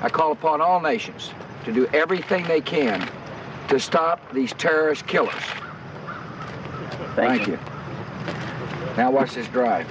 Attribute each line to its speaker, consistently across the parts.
Speaker 1: I call upon all nations to do everything they can to stop these terrorist killers.
Speaker 2: Thank,
Speaker 1: Thank you. Now watch this drive.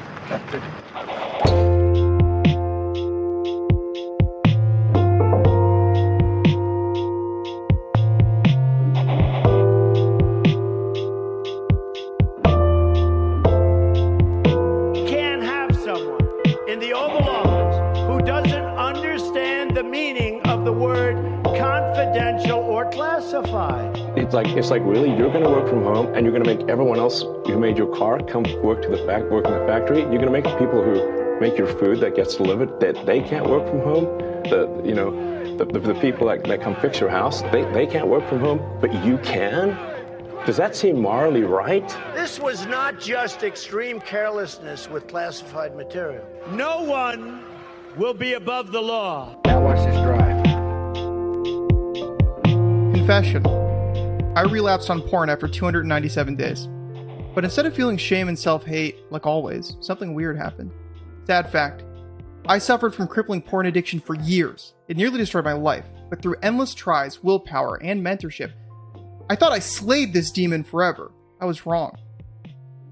Speaker 2: you. Can't have someone in the Oval Office who doesn't understand the meaning of the word confidential or classified.
Speaker 3: It's like it's like really you're going to work from home and you're going to make everyone else who made your car come work to the fact work in the factory. You're going to make the people who make your food that gets delivered that they can't work from home. The you know the, the, the people that, that come fix your house they, they can't work from home, but you can. Does that seem morally right?
Speaker 2: This was not just extreme carelessness with classified material. No one will be above the law.
Speaker 1: Now watch this drive.
Speaker 4: Confession. I relapsed on porn after 297 days. But instead of feeling shame and self hate, like always, something weird happened. Sad fact I suffered from crippling porn addiction for years. It nearly destroyed my life, but through endless tries, willpower, and mentorship, I thought I slayed this demon forever. I was wrong. I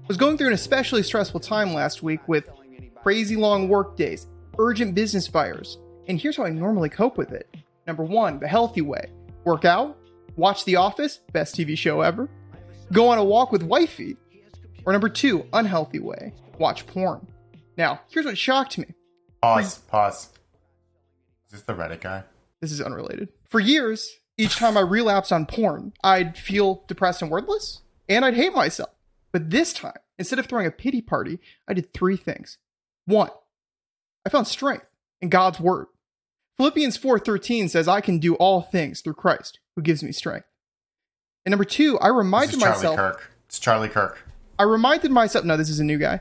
Speaker 4: was going through an especially stressful time last week with crazy long work days, urgent business fires, and here's how I normally cope with it. Number one, the healthy way work out, watch The Office, best TV show ever, go on a walk with wifey, or number two, unhealthy way, watch porn. Now, here's what shocked me.
Speaker 5: Pause. Pause. Is this the Reddit guy?
Speaker 4: This is unrelated. For years, each time I relapsed on porn, I'd feel depressed and worthless, and I'd hate myself. But this time, instead of throwing a pity party, I did three things. One, I found strength in God's word. Philippians 4:13 says I can do all things through Christ who gives me strength. And number 2, I
Speaker 5: This
Speaker 4: reminded
Speaker 5: is Charlie
Speaker 4: myself
Speaker 5: Kirk. It's Charlie Kirk.
Speaker 4: I reminded myself, no, this is a new guy.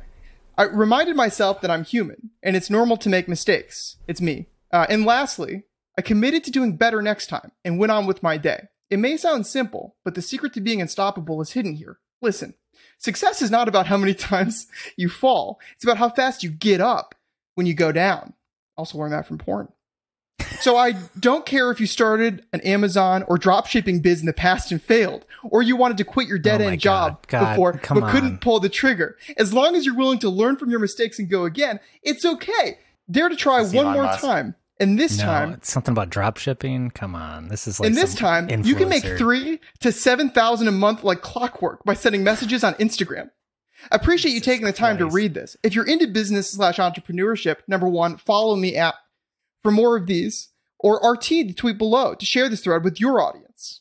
Speaker 4: I reminded myself that I'm human and it's normal to make mistakes. It's me. Uh, and lastly, I committed to doing better next time and went on with my day. It may sound simple, but the secret to being unstoppable is hidden here. Listen, success is not about how many times you fall, it's about how fast you get up when you go down. Also, learned that from porn. So I don't care if you started an Amazon or dropshipping biz in the past and failed, or you wanted to quit your dead
Speaker 6: Oh my
Speaker 4: end job
Speaker 6: God. God,
Speaker 4: before
Speaker 6: come
Speaker 4: but couldn't
Speaker 6: on.
Speaker 4: pull the trigger. As long as you're willing to learn from your mistakes and go again, it's okay. Dare to try
Speaker 5: Is
Speaker 4: one
Speaker 5: Elon
Speaker 4: more
Speaker 5: Musk-
Speaker 4: time, and this
Speaker 6: No,
Speaker 4: time,
Speaker 6: it's something about drop shipping. Come on, this is like.
Speaker 4: and this
Speaker 6: some
Speaker 4: time, you can make
Speaker 6: influencer.
Speaker 4: three to seven thousand a month like clockwork by sending messages on Instagram. I Appreciate you taking the time to
Speaker 6: Christ.
Speaker 4: read this. If you're into business slash entrepreneurship, number one, follow me at for more of these or RT to tweet below to share this thread with your audience.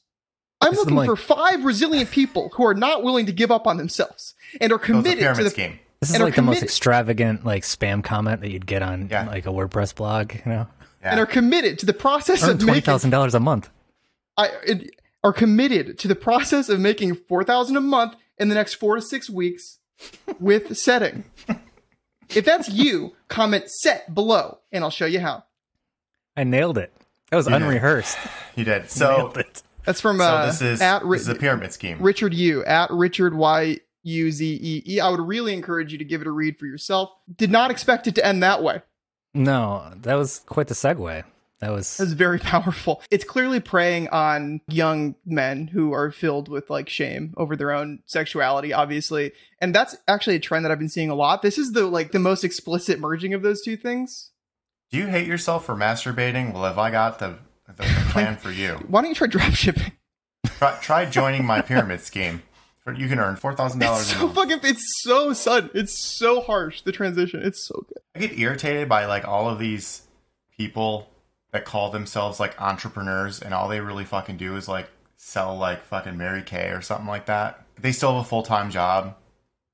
Speaker 4: I'm
Speaker 6: This is
Speaker 4: looking
Speaker 6: like-
Speaker 4: for five resilient people who are not willing to give up on themselves and are
Speaker 5: It was a
Speaker 4: committed to
Speaker 5: pyramid
Speaker 4: the
Speaker 5: scheme.
Speaker 6: This is
Speaker 4: and are
Speaker 6: like the most
Speaker 4: committed-
Speaker 6: extravagant like spam comment that you'd get on
Speaker 5: Yeah.
Speaker 6: like a WordPress blog. You know,
Speaker 4: and
Speaker 5: Yeah.
Speaker 4: are committed to the process
Speaker 6: earn
Speaker 4: of
Speaker 6: twenty
Speaker 4: making
Speaker 6: thousand dollars a month.
Speaker 4: I, it, are committed to the process of making four thousand a month in the next four to six weeks with setting. If that's you, comment set below and I'll show you how.
Speaker 6: I nailed it. That was unrehearsed.
Speaker 5: He did. So,
Speaker 6: nailed it.
Speaker 4: That's from
Speaker 5: so
Speaker 4: uh,
Speaker 5: this is
Speaker 4: at Ri-
Speaker 5: this is a pyramid scheme.
Speaker 4: Richard U at Richard Y U Z E E. I would really encourage you to give it a read for yourself. Did not expect it to end that way.
Speaker 6: No, that was quite the segue. That was
Speaker 4: That's very powerful. It's clearly preying on young men who are filled with like shame over their own sexuality, obviously. And that's actually a trend that I've been seeing a lot. This is the like the most explicit merging of those two things.
Speaker 5: Do you hate yourself for masturbating? Well, have I got the, the plan for you?
Speaker 4: Why don't you try dropshipping?
Speaker 5: Try, try joining my pyramid scheme. For- You can earn four thousand
Speaker 4: It's
Speaker 5: dollars. a
Speaker 4: so
Speaker 5: month.
Speaker 4: fucking it's so sudden. It's so harsh, the transition. It's so good.
Speaker 5: I get irritated by like all of these people that call themselves like entrepreneurs and all they really fucking do is like sell like fucking Mary Kay or something like that. They still have a full time job,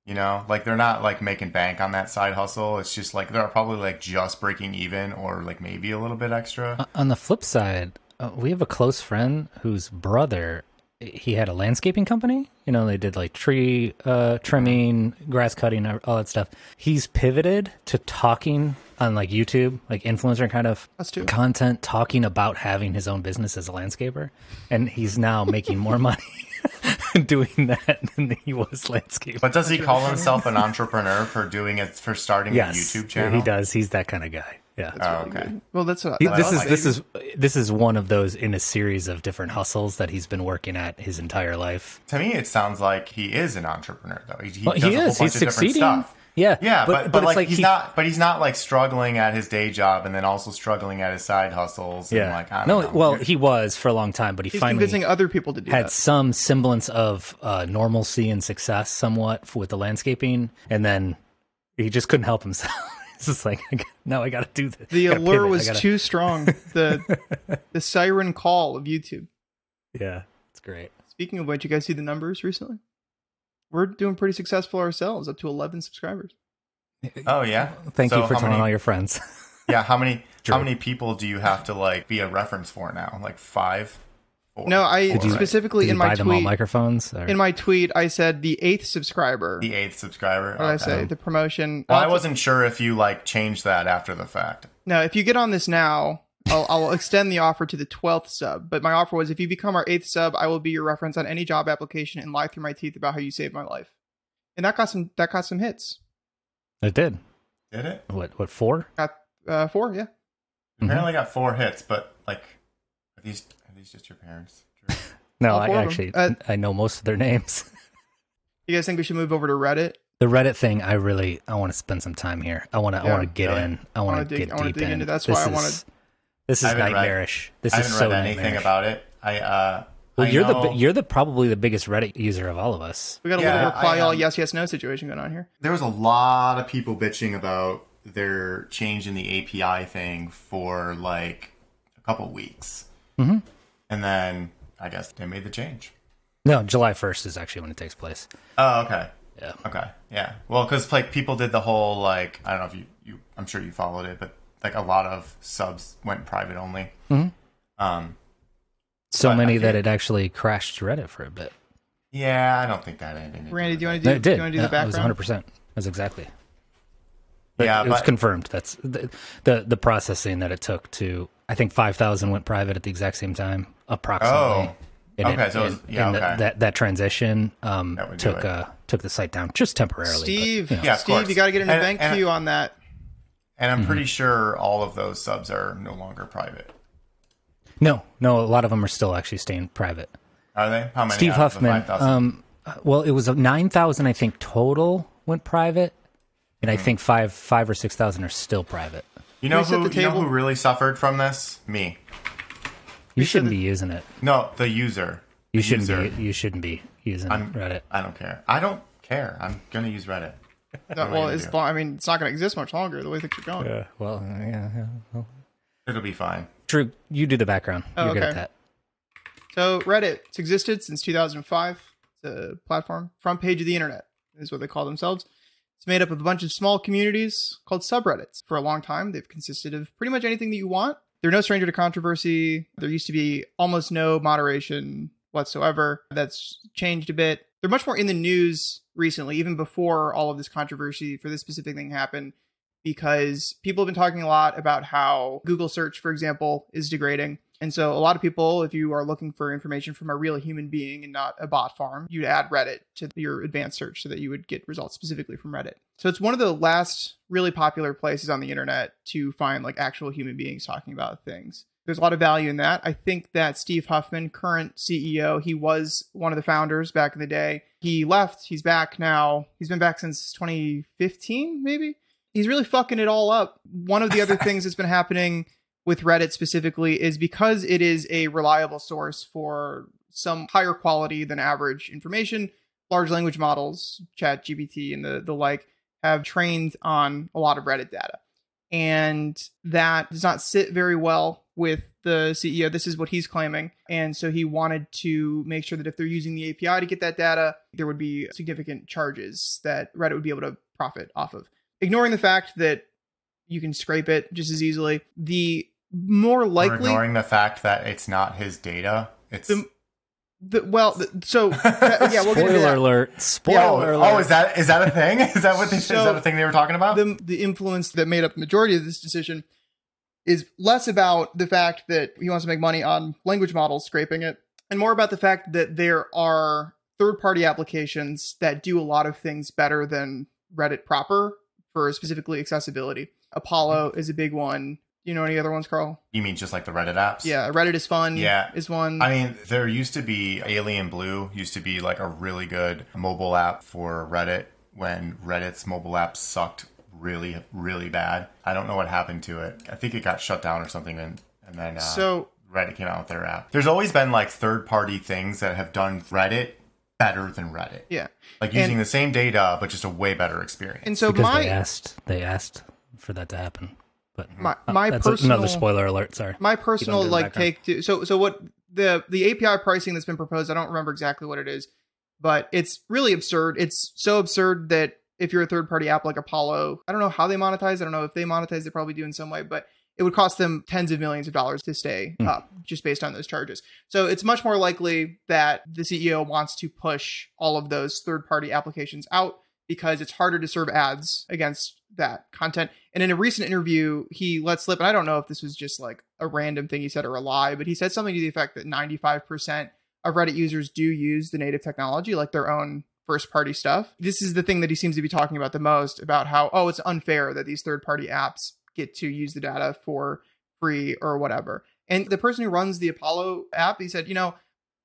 Speaker 5: you know? Like they're not like making bank on that side hustle. It's just like they're probably like just breaking even or like maybe a little bit extra.
Speaker 6: Uh, on the flip side. Uh, we have a close friend whose brother he had a landscaping company. You know, they did like tree uh, trimming, grass cutting, uh, all that stuff. He's pivoted to talking on like YouTube, like influencer kind of
Speaker 4: Us too.
Speaker 6: content, talking about having his own business as a landscaper, and he's now making more money doing that than he was landscaping.
Speaker 5: But does he call himself an entrepreneur for doing it for starting
Speaker 6: yes,
Speaker 5: a YouTube channel?
Speaker 6: he does. He's that kind of guy. Yeah.
Speaker 5: Oh, okay.
Speaker 4: Well, that's not.
Speaker 6: He-
Speaker 4: that's not
Speaker 6: this is
Speaker 4: like-
Speaker 6: this is this is one of those in a series of different hustles that he's been working at his entire life.
Speaker 5: To me, it sounds like he is an entrepreneur, though. He, he
Speaker 6: Well,
Speaker 5: does
Speaker 6: he
Speaker 5: a whole
Speaker 6: is.
Speaker 5: bunch
Speaker 6: He's
Speaker 5: of different
Speaker 6: succeeding.
Speaker 5: stuff.
Speaker 6: Yeah.
Speaker 5: Yeah, but, but,
Speaker 6: but it's
Speaker 5: like,
Speaker 6: like
Speaker 5: he's
Speaker 6: he-
Speaker 5: not, but he's not like struggling at his day job and then also struggling at his side hustles. And, like, I
Speaker 6: no.
Speaker 5: don't know.
Speaker 6: Well, he was for a long time, but he
Speaker 4: He's
Speaker 6: finally
Speaker 4: convincing other people to do
Speaker 6: had
Speaker 4: that.
Speaker 6: some semblance of uh, normalcy and success, somewhat f- with the landscaping, and then he just couldn't help himself. it's just like no, I got to do this.
Speaker 4: The
Speaker 6: I gotta
Speaker 4: allure
Speaker 6: pivot, I
Speaker 4: was
Speaker 6: gotta-
Speaker 4: too strong. The the siren call of YouTube.
Speaker 6: Yeah, it's great.
Speaker 4: Speaking of which, you guys see the numbers recently? We're doing pretty successful ourselves, up to 11 subscribers.
Speaker 5: oh yeah.
Speaker 6: Thank
Speaker 5: So
Speaker 6: you for
Speaker 5: how
Speaker 6: telling
Speaker 5: many-
Speaker 6: all your friends.
Speaker 5: Yeah, how many
Speaker 6: True.
Speaker 5: how many people do you have to like be a reference for now? Like five? Four?
Speaker 4: No, I
Speaker 5: Four, right?
Speaker 4: specifically
Speaker 6: Did
Speaker 4: in
Speaker 6: you
Speaker 4: my
Speaker 6: buy them all
Speaker 4: tweet
Speaker 6: microphones? Or-
Speaker 4: in my tweet I said the eighth subscriber.
Speaker 5: the eighth subscriber.
Speaker 4: what did I
Speaker 5: Okay.
Speaker 4: say? The promotion.
Speaker 5: Well, I
Speaker 4: I'll-
Speaker 5: wasn't sure if you like changed that after the fact.
Speaker 4: No, if you get on this now, I'll, I'll extend the offer to the 12th sub. But my offer was if you become our 8th sub, I will be your reference on any job application and lie through my teeth about how you saved my life. And that got some that got some hits.
Speaker 6: it did.
Speaker 5: Did it?
Speaker 6: What? What? Four?
Speaker 4: Got uh, four, yeah.
Speaker 6: Mhm.
Speaker 5: Apparently got four hits, but like are these are these just your parents? Drew?
Speaker 6: No,
Speaker 4: All
Speaker 6: I
Speaker 4: four of
Speaker 6: actually
Speaker 4: them. Uh,
Speaker 6: I know most of their names.
Speaker 4: You guys think we should move over to Reddit?
Speaker 6: the Reddit thing, I really I want to spend some time here. I want to I
Speaker 5: Yeah,
Speaker 6: want to get
Speaker 5: really.
Speaker 6: in. I
Speaker 4: wanna
Speaker 6: want to
Speaker 4: dig-
Speaker 6: get
Speaker 4: I wanna
Speaker 6: deep
Speaker 4: dig
Speaker 6: in.
Speaker 4: into- that's
Speaker 6: this
Speaker 4: why I
Speaker 6: is-
Speaker 4: wanna-
Speaker 6: This
Speaker 5: I
Speaker 6: is
Speaker 5: haven't read-
Speaker 6: nightmarish. this
Speaker 5: I
Speaker 6: is
Speaker 5: haven't
Speaker 6: so
Speaker 5: read anything
Speaker 6: nightmarish.
Speaker 5: about it. I uh
Speaker 6: Well,
Speaker 5: I
Speaker 6: you're the
Speaker 5: know-
Speaker 6: bi- you're the probably the biggest Reddit user of all of us.
Speaker 4: We got a
Speaker 5: Yeah,
Speaker 4: little reply
Speaker 5: I,
Speaker 4: all
Speaker 5: um,
Speaker 4: yes, yes, no situation going on here.
Speaker 5: there was a lot of people bitching about their change in the API thing for like a couple weeks.
Speaker 6: Mm-hmm.
Speaker 5: And then I guess they made the change.
Speaker 6: No, July 1st is actually when it takes place.
Speaker 5: Oh, okay.
Speaker 6: Yeah.
Speaker 5: Okay. Yeah. Well, because like people did the whole like I don't know if you you I'm sure you followed it, but like a lot of subs went private only.
Speaker 6: Mm-hmm.
Speaker 5: Um.
Speaker 6: So
Speaker 5: But I
Speaker 6: many that
Speaker 5: can't-
Speaker 6: it actually crashed Reddit for a bit.
Speaker 5: Yeah, I don't think that ended.
Speaker 4: Randy, do you want to do,
Speaker 6: No, it
Speaker 4: do
Speaker 6: did.
Speaker 4: you want to do
Speaker 6: Yeah,
Speaker 4: the
Speaker 6: It was
Speaker 4: background?
Speaker 6: 100. percent It was exactly.
Speaker 5: Yeah,
Speaker 6: it was
Speaker 5: but-
Speaker 6: confirmed. That's the, the the processing that it took to. I think 5,000 went private at the exact same time,
Speaker 5: Oh.
Speaker 6: approximately. And
Speaker 5: Okay, so it was-
Speaker 6: and-
Speaker 5: yeah,
Speaker 6: and
Speaker 5: okay.
Speaker 6: that that transition um,
Speaker 5: That would do
Speaker 6: took
Speaker 5: it.
Speaker 6: uh, took the site down just temporarily. but,
Speaker 4: Steve,
Speaker 6: you know.
Speaker 5: Yeah, of
Speaker 4: Steve,
Speaker 5: course.
Speaker 4: you got to get an
Speaker 5: And-
Speaker 4: event
Speaker 5: and-
Speaker 4: queue on that.
Speaker 5: And
Speaker 6: Mm-hmm.
Speaker 5: I'm pretty sure all of those subs are no longer private.
Speaker 6: No, no, a lot of them are still actually staying private.
Speaker 5: Are they? How many?
Speaker 6: Steve
Speaker 5: out of the
Speaker 6: Huffman.
Speaker 5: 5,000?
Speaker 6: Um, well, it was nine thousand, I think, total went private, and
Speaker 5: Hmm.
Speaker 6: I think five, five or six thousand are still private.
Speaker 5: you know
Speaker 4: we set
Speaker 5: who?
Speaker 4: the
Speaker 5: You know
Speaker 4: table?
Speaker 5: who really suffered from this? Me.
Speaker 6: You shouldn't be using it.
Speaker 5: No, the user.
Speaker 6: You
Speaker 5: The
Speaker 6: shouldn't
Speaker 5: user.
Speaker 6: be. You shouldn't be using Reddit.
Speaker 5: I don't care. I don't care. I'm gonna use Reddit.
Speaker 4: That,
Speaker 5: we
Speaker 4: well,
Speaker 5: gonna
Speaker 4: it's
Speaker 5: do?
Speaker 4: long, I mean, it's not going to exist much longer the way things are going.
Speaker 6: Yeah. Well, yeah. yeah. Well,
Speaker 5: It'll be fine.
Speaker 6: Drew, you do the background.
Speaker 4: Oh,
Speaker 6: You're good at
Speaker 4: okay.
Speaker 6: that.
Speaker 4: So Reddit, it's existed since 2005. It's a platform, front page of the internet is what they call themselves. It's made up of a bunch of small communities called subreddits. For a long time, they've consisted of pretty much anything that you want. They're no stranger to controversy. There used to be almost no moderation whatsoever. That's changed a bit. They're much more in the news recently, even before all of this controversy for this specific thing happened, because people have been talking a lot about how Google search, for example, is degrading. And so, a lot of people, if you are looking for information from a real human being and not a bot farm, you'd add Reddit to your advanced search so that you would get results specifically from Reddit. So, it's one of the last really popular places on the internet to find like actual human beings talking about things. There's a lot of value in that. I think that Steve Huffman, current CEO, he was one of the founders back in the day. He left, he's back now. He's been back since 2015, maybe he's really fucking it all up. One of the other things that's been happening with Reddit specifically is because it is a reliable source for some higher quality than average information, large language models, chat GBT and the, the like have trained on a lot of Reddit data. And that does not sit very well with the CEO. This is what he's claiming. And so he wanted to make sure that if they're using the API to get that data, there would be significant charges that Reddit would be able to profit off of ignoring the fact that you can scrape it just as easily, the more
Speaker 5: We're
Speaker 4: likely
Speaker 5: ignoring the fact that it's not his data. It's
Speaker 4: The- the, well, the, so that- yeah, we'll get into
Speaker 6: Spoiler
Speaker 4: that.
Speaker 6: alert! Spoiler
Speaker 5: oh,
Speaker 6: alert!
Speaker 5: oh, is that is that a thing? Is that what they,
Speaker 4: So-
Speaker 5: is that a thing they were talking about?
Speaker 4: The, the influence that made up the majority of this decision is less about the fact that he wants to make money on language models scraping it, and more about the fact that there are third-party applications that do a lot of things better than Reddit proper for specifically accessibility. Apollo
Speaker 5: Hmm.
Speaker 4: is a big one. You know any other ones, Carl?
Speaker 5: You mean just like the Reddit apps?
Speaker 4: Yeah, Reddit is fun.
Speaker 5: Yeah.
Speaker 4: is one.
Speaker 5: I mean, there used to be Alien Blue, used to be like a really good mobile app for Reddit when Reddit's mobile app sucked really, really bad. I don't know what happened to it. I think it got shut down or something, and, and then uh,
Speaker 4: so
Speaker 5: Reddit came out with their app. There's always been like third party things that have done Reddit better than Reddit.
Speaker 4: yeah,
Speaker 5: Like using
Speaker 4: And-
Speaker 5: the same data, but just a way better experience.
Speaker 4: and so
Speaker 6: because
Speaker 4: my
Speaker 6: they asked they asked for that to happen. But
Speaker 4: my
Speaker 6: Oh,
Speaker 4: my
Speaker 6: that's
Speaker 4: personal
Speaker 6: another spoiler alert. Sorry.
Speaker 4: my personal
Speaker 6: doing
Speaker 4: like
Speaker 6: background.
Speaker 4: take to so so what the the API pricing that's been proposed, I don't remember exactly what it is, but it's really absurd. It's so absurd that if you're a third party app like Apollo, I don't know how they monetize. I don't know if they monetize. They probably do in some way, but it would cost them tens of millions of dollars to stay
Speaker 6: Hmm.
Speaker 4: up just based on those charges. So it's much more likely that the CEO wants to push all of those third party applications out because it's harder to serve ads against that content. And in a recent interview, he let slip, and I don't know if this was just like a random thing he said or a lie, but he said something to the effect that 95% of Reddit users do use the native technology, like their own first party stuff. This is the thing that he seems to be talking about the most about how, oh, it's unfair that these third party apps get to use the data for free or whatever. And the person who runs the Apollo app, he said, you know,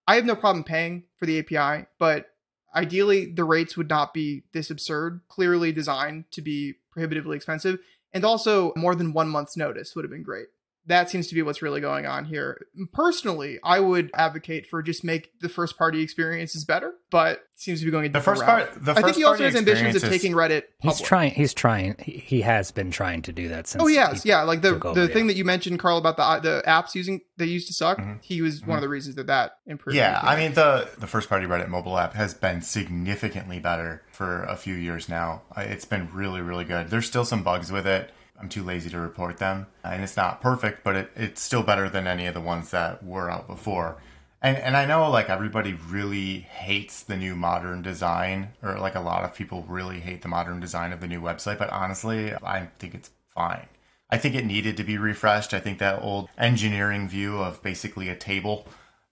Speaker 4: I have no problem paying for the API, but ideally the rates would not be this absurd clearly designed to be prohibitively expensive and also more than one month's notice would have been great that seems to be what's really going on here personally i would advocate for just make the first party experiences better but it seems to be going a
Speaker 5: the
Speaker 4: different
Speaker 5: first
Speaker 4: route.
Speaker 5: part, the
Speaker 4: i
Speaker 5: first
Speaker 4: think he also
Speaker 5: party
Speaker 4: has ambitions of
Speaker 5: experience is-
Speaker 4: taking reddit
Speaker 6: He's
Speaker 4: public.
Speaker 6: trying. He's trying. He, he has been trying to do that since.
Speaker 4: Oh yes,
Speaker 6: he-
Speaker 4: yeah. Like the
Speaker 6: took over,
Speaker 4: the
Speaker 6: yeah.
Speaker 4: thing that you mentioned, Carl, about the uh, the apps using they used to suck.
Speaker 6: Mm-hmm.
Speaker 5: Mhm.
Speaker 4: He was one of the reasons that that improved.
Speaker 5: Yeah, I mean the the first party Reddit mobile app has been significantly better for a few years now. Uh, It's been really really good. There's still some bugs with it. I'm too lazy to report them, and it's not perfect, but it, it's still better than any of the ones that were out before. And and I know like everybody really hates the new modern design, or like a lot of people really hate the modern design of the new website. But honestly, I think it's fine. I think it needed to be refreshed. I think that old engineering view of basically a table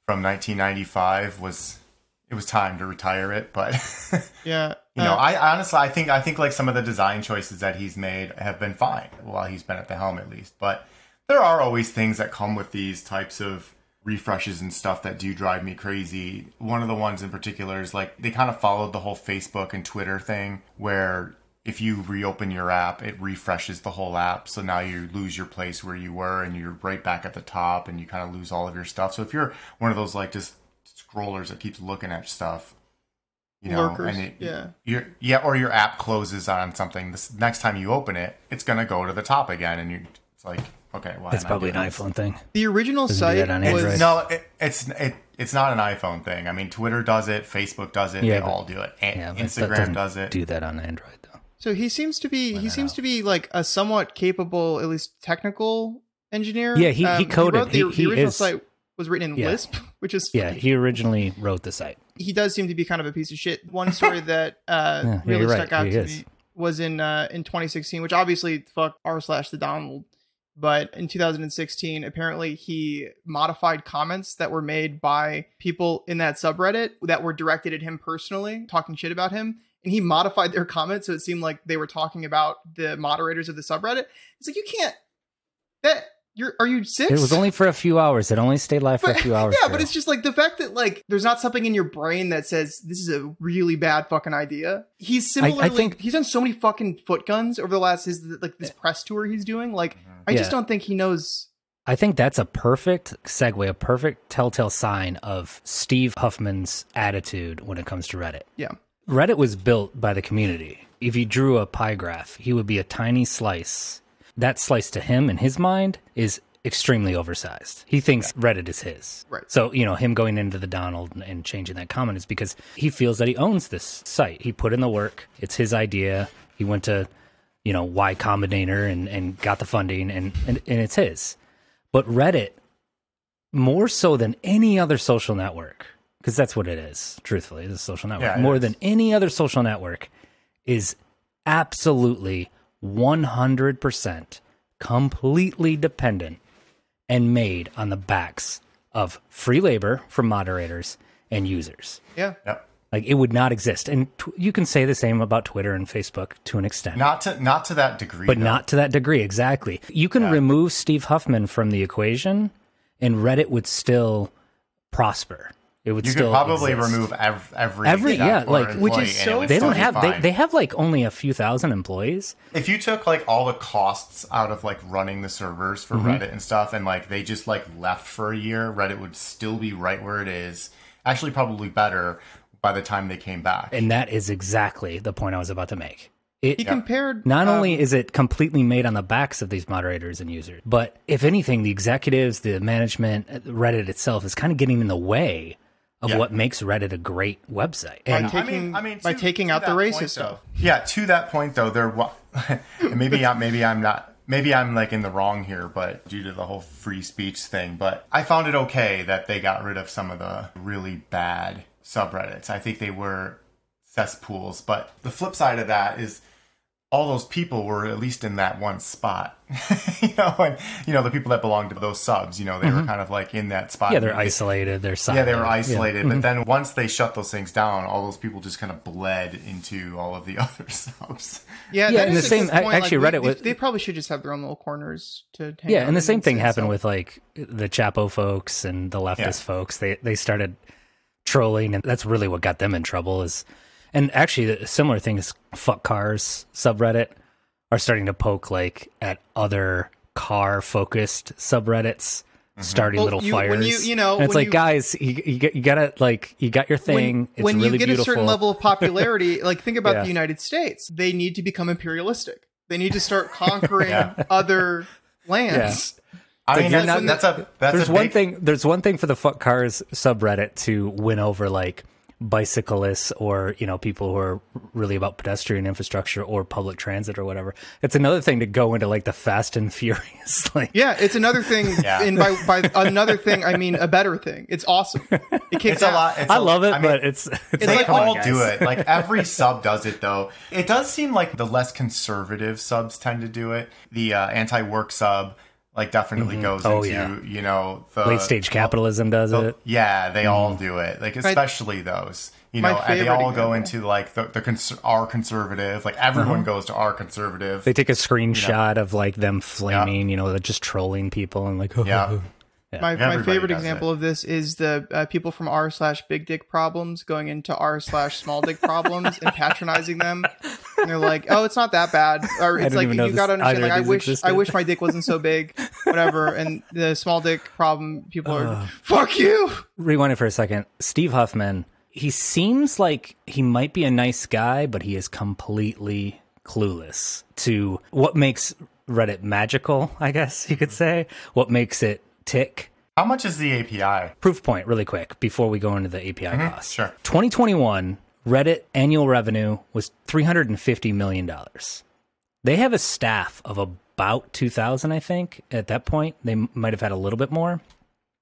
Speaker 5: from 1995 was it was time to retire it but
Speaker 4: yeah.
Speaker 5: you know
Speaker 4: Uh,
Speaker 5: i honestly i think i think like some of the design choices that he's made have been fine while he's been at the helm at least but there are always things that come with these types of refreshes and stuff that do drive me crazy one of the ones in particular is like they kind of followed the whole facebook and twitter thing where if you reopen your app it refreshes the whole app so now you lose your place where you were and you're right back at the top and you kind of lose all of your stuff so if you're one of those like just scrollers that keeps looking at stuff you know
Speaker 4: Lurkers,
Speaker 5: and it,
Speaker 4: yeah.
Speaker 5: your yeah or your app closes on something this next time you open it it's gonna go to the top again and you it's like okay well
Speaker 6: It's probably an iPhone thing.
Speaker 4: the original
Speaker 6: Doesn't do
Speaker 4: site
Speaker 6: that on
Speaker 4: was
Speaker 6: Android.
Speaker 5: no it, it's it, it's not an iphone thing i mean twitter does it facebook does it
Speaker 6: Yeah,
Speaker 5: they
Speaker 6: but-
Speaker 5: all do it and
Speaker 6: Yeah, but that
Speaker 5: instagram
Speaker 6: doesn't
Speaker 5: does it
Speaker 6: Do that on Android though.
Speaker 4: So he seems to be he
Speaker 6: Without
Speaker 4: seems
Speaker 6: out.
Speaker 4: to be like a somewhat capable, at least technical engineer. Um,
Speaker 6: Yeah, he- he coded.
Speaker 4: wrote the,
Speaker 6: He- he
Speaker 4: the original
Speaker 6: is-
Speaker 4: site was written in
Speaker 6: Yeah.
Speaker 4: Lisp, which is
Speaker 6: Yeah, he originally wrote the site.
Speaker 4: he does seem to be kind of a piece of shit. One story that uh,
Speaker 6: Yeah, you're
Speaker 4: really
Speaker 6: right,
Speaker 4: stuck out
Speaker 6: he
Speaker 4: to
Speaker 6: is.
Speaker 4: me was in uh, in 2016, which obviously fuck r slash the Donald. But in 2016, apparently he modified comments that were made by people in that subreddit that were directed at him personally, talking shit about him. And he modified their comments so it seemed like they were talking about the moderators of the subreddit. It's like you can't. That you're are you six?
Speaker 6: It was only for a few hours. It only stayed live for a few hours.
Speaker 4: Yeah, but
Speaker 6: Drew.
Speaker 4: it's just like the fact that like there's not something in your brain that says this is a really bad fucking idea. He's
Speaker 6: I- I
Speaker 4: similarly
Speaker 6: think-
Speaker 4: he's done so many fucking foot guns over the last his like this press tour he's doing. Like I just
Speaker 6: Yeah.
Speaker 4: don't think he knows.
Speaker 6: I think that's a perfect segue, a perfect telltale sign of Steve Huffman's attitude when it comes to Reddit.
Speaker 4: Yeah.
Speaker 6: Reddit was built by the community. If you drew a pie graph, he would be a tiny slice. That slice to him in his mind is extremely oversized. He thinks Reddit is his.
Speaker 4: Right.
Speaker 6: So, you know, him going into the Donald and- and changing that comment is because he feels that he owns this site. He put in the work. It's his idea. He went to, you know, Y Combinator and, and got the funding and, and, and it's his but Reddit more so than any other social network because that's what it is truthfully it's a social network
Speaker 5: Yeah, it
Speaker 6: more
Speaker 5: is.
Speaker 6: than any other social network is absolutely 100% completely dependent and made on the backs of free labor from moderators and users
Speaker 4: Yeah,
Speaker 5: yep
Speaker 6: Like it would not exist. And tw- you can say the same about Twitter and Facebook to an extent.
Speaker 5: Not to not to that degree,
Speaker 6: but
Speaker 5: though.
Speaker 6: not to that degree exactly you can remove steve huffman from the equation and reddit would still prosper it would
Speaker 5: You
Speaker 6: still
Speaker 5: could probably
Speaker 6: exist.
Speaker 5: remove ev- every
Speaker 6: Every-
Speaker 5: staff
Speaker 6: yeah,
Speaker 5: or
Speaker 6: like- which
Speaker 5: employee
Speaker 4: is
Speaker 5: and it
Speaker 4: so
Speaker 5: would
Speaker 6: they
Speaker 5: still
Speaker 6: don't
Speaker 5: be
Speaker 6: have they,
Speaker 5: fine.
Speaker 6: they have like only a few thousand employees
Speaker 5: if you took like all the costs out of like running the servers for Reddit and stuff, and like they just like left for a year, Reddit would still be right where it is. Actually, probably better by the time they came back.
Speaker 6: and that is exactly the point i was about to make
Speaker 4: He
Speaker 6: it
Speaker 4: compared
Speaker 6: not
Speaker 4: um,
Speaker 6: only is it completely made on the backs of these moderators and users but if anything the executives the management uh, reddit itself is kind of getting in the way of
Speaker 5: Yeah.
Speaker 6: what makes reddit a great website
Speaker 4: by
Speaker 6: and
Speaker 4: taking by
Speaker 5: to-
Speaker 4: taking
Speaker 5: to
Speaker 4: out the
Speaker 5: that point,
Speaker 4: racist
Speaker 5: though-
Speaker 4: stuff.
Speaker 5: Yeah, to that point though, there wa- maybe I, maybe I'm not maybe I'm like in the wrong here, but due to the whole free speech thing, but I found it okay that they got rid of some of the really bad subreddits. I think they were cesspools, but the flip side of that is all those people were at least in that one spot, you know, and you know the people that belonged to those subs, you know, they were kind of like in that spot.
Speaker 6: Mm-hmm. yeah they're
Speaker 5: They-
Speaker 6: isolated they're
Speaker 5: yeah,
Speaker 6: silent.
Speaker 5: they were isolated,
Speaker 6: Mm-hmm.
Speaker 5: but then once they shut those things down, all those people just kind of bled into all of the other subs.
Speaker 4: Yeah,
Speaker 6: Yeah,
Speaker 4: that
Speaker 6: and
Speaker 4: is
Speaker 6: the
Speaker 4: a
Speaker 6: same-
Speaker 4: good
Speaker 6: I-
Speaker 4: point.
Speaker 6: actually
Speaker 4: like,
Speaker 6: read
Speaker 4: they-
Speaker 6: it was-
Speaker 4: They, they probably should just have their own little corners to. Hang
Speaker 6: Yeah,
Speaker 4: out
Speaker 6: and the
Speaker 4: in
Speaker 6: same thing
Speaker 4: sit
Speaker 6: happened
Speaker 4: still.
Speaker 6: with like the Chapo folks and the leftist
Speaker 5: Yeah.
Speaker 6: folks. They they started trolling, and that's really what got them in trouble. Is and actually a similar thing is fuck cars subreddit are starting to poke like at other car focused subreddits, starting
Speaker 4: Well,
Speaker 6: little
Speaker 4: you-
Speaker 6: fires.
Speaker 4: when you- you know,
Speaker 6: and it's
Speaker 4: when
Speaker 6: like
Speaker 4: you-
Speaker 6: guys, you, you, get- you gotta like you got your thing.
Speaker 4: When,
Speaker 6: it's
Speaker 4: when
Speaker 6: really
Speaker 4: you get
Speaker 6: beautiful.
Speaker 4: a certain level of popularity, like think about
Speaker 6: Yeah.
Speaker 4: the United States, they need to become imperialistic. They need to start conquering other lands.
Speaker 5: I mean,
Speaker 6: you're
Speaker 5: that's,
Speaker 6: not-
Speaker 5: that's a that's
Speaker 6: there's
Speaker 5: a
Speaker 6: one
Speaker 5: big-
Speaker 6: thing there's one thing for the fuck cars subreddit to win over like bicyclists or you know people who are really about pedestrian infrastructure or public transit or whatever it's another thing to go into like the fast and furious like
Speaker 4: Yeah, it's another thing,
Speaker 5: Yeah.
Speaker 4: and by, by another thing, I mean a better thing. It's awesome. It kicks
Speaker 5: It's a
Speaker 4: ass.
Speaker 5: lot. It's
Speaker 6: i
Speaker 5: a-
Speaker 6: love it
Speaker 5: I mean,
Speaker 6: but it's it's,
Speaker 5: they
Speaker 6: like, come on,
Speaker 5: all
Speaker 6: guys.
Speaker 5: do it. Like every sub does it, though. It does seem like the less conservative subs tend to do it. The uh, anti-work sub, like, definitely goes
Speaker 6: Oh,
Speaker 5: into
Speaker 6: yeah.
Speaker 5: you know the
Speaker 6: late stage Mm-hmm. capitalism does
Speaker 5: uh, the-
Speaker 6: it
Speaker 5: yeah, they all do it. Like especially those, you
Speaker 4: my
Speaker 5: know, and they
Speaker 4: favorite
Speaker 5: all
Speaker 4: example.
Speaker 5: go into like the, the cons- our conservative. Like
Speaker 6: Uh-huh.
Speaker 5: everyone goes to our conservative.
Speaker 6: they take a screenshot of like them flaming you know they're just trolling people and like
Speaker 5: yeah.
Speaker 4: My, my
Speaker 5: Everybody
Speaker 4: favorite
Speaker 5: does
Speaker 4: example of this is the uh, people from r slash big dick problems going into r slash small dick problems and patronizing them. And they're like, "Oh, it's not that bad." Or it's
Speaker 6: didn't
Speaker 4: like
Speaker 6: even know
Speaker 4: you
Speaker 6: this-
Speaker 4: got to understand.
Speaker 6: either
Speaker 4: Like,
Speaker 6: of
Speaker 4: I
Speaker 6: these
Speaker 4: wish I
Speaker 6: existed."
Speaker 4: wish my dick wasn't so big, whatever. And the small dick problem people are, "Fuck you."
Speaker 6: rewind it for a second. Steve Huffman, he seems like he might be a nice guy, but he is completely clueless to what makes Reddit magical, I guess you could say. What makes it tick.
Speaker 5: How much is the API?
Speaker 6: Proof point, really quick, before we go into the API costs.
Speaker 5: sure.
Speaker 6: 2021, Reddit annual revenue was $350 million. They have a staff of about 2,000, I think, at that point. They m- might have had a little bit more.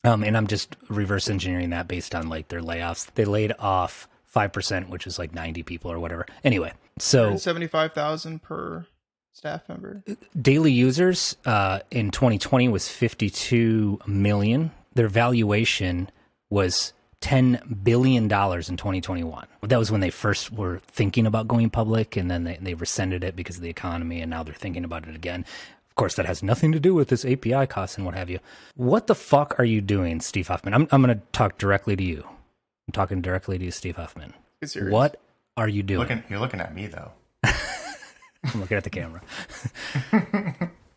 Speaker 6: Um, and I'm just reverse engineering that based on like their layoffs. They laid off 5%, which is like 90 people or whatever. Anyway, so
Speaker 4: Seventy-five thousand per staff member.
Speaker 6: daily users uh, in 2020 was 52 million. Their valuation was $10 billion in 2021. That was when they first were thinking about going public, and then they, they rescinded it because of the economy, and now they're thinking about it again. Of course, that has nothing to do with this API cost and what have you. What the fuck are you doing, Steve Huffman? I'm, I'm going to talk directly to you. I'm talking directly to you, Steve Huffman.
Speaker 4: It's serious.
Speaker 6: What are you doing?
Speaker 5: Looking, you're looking at me though.
Speaker 6: I'm looking at the camera.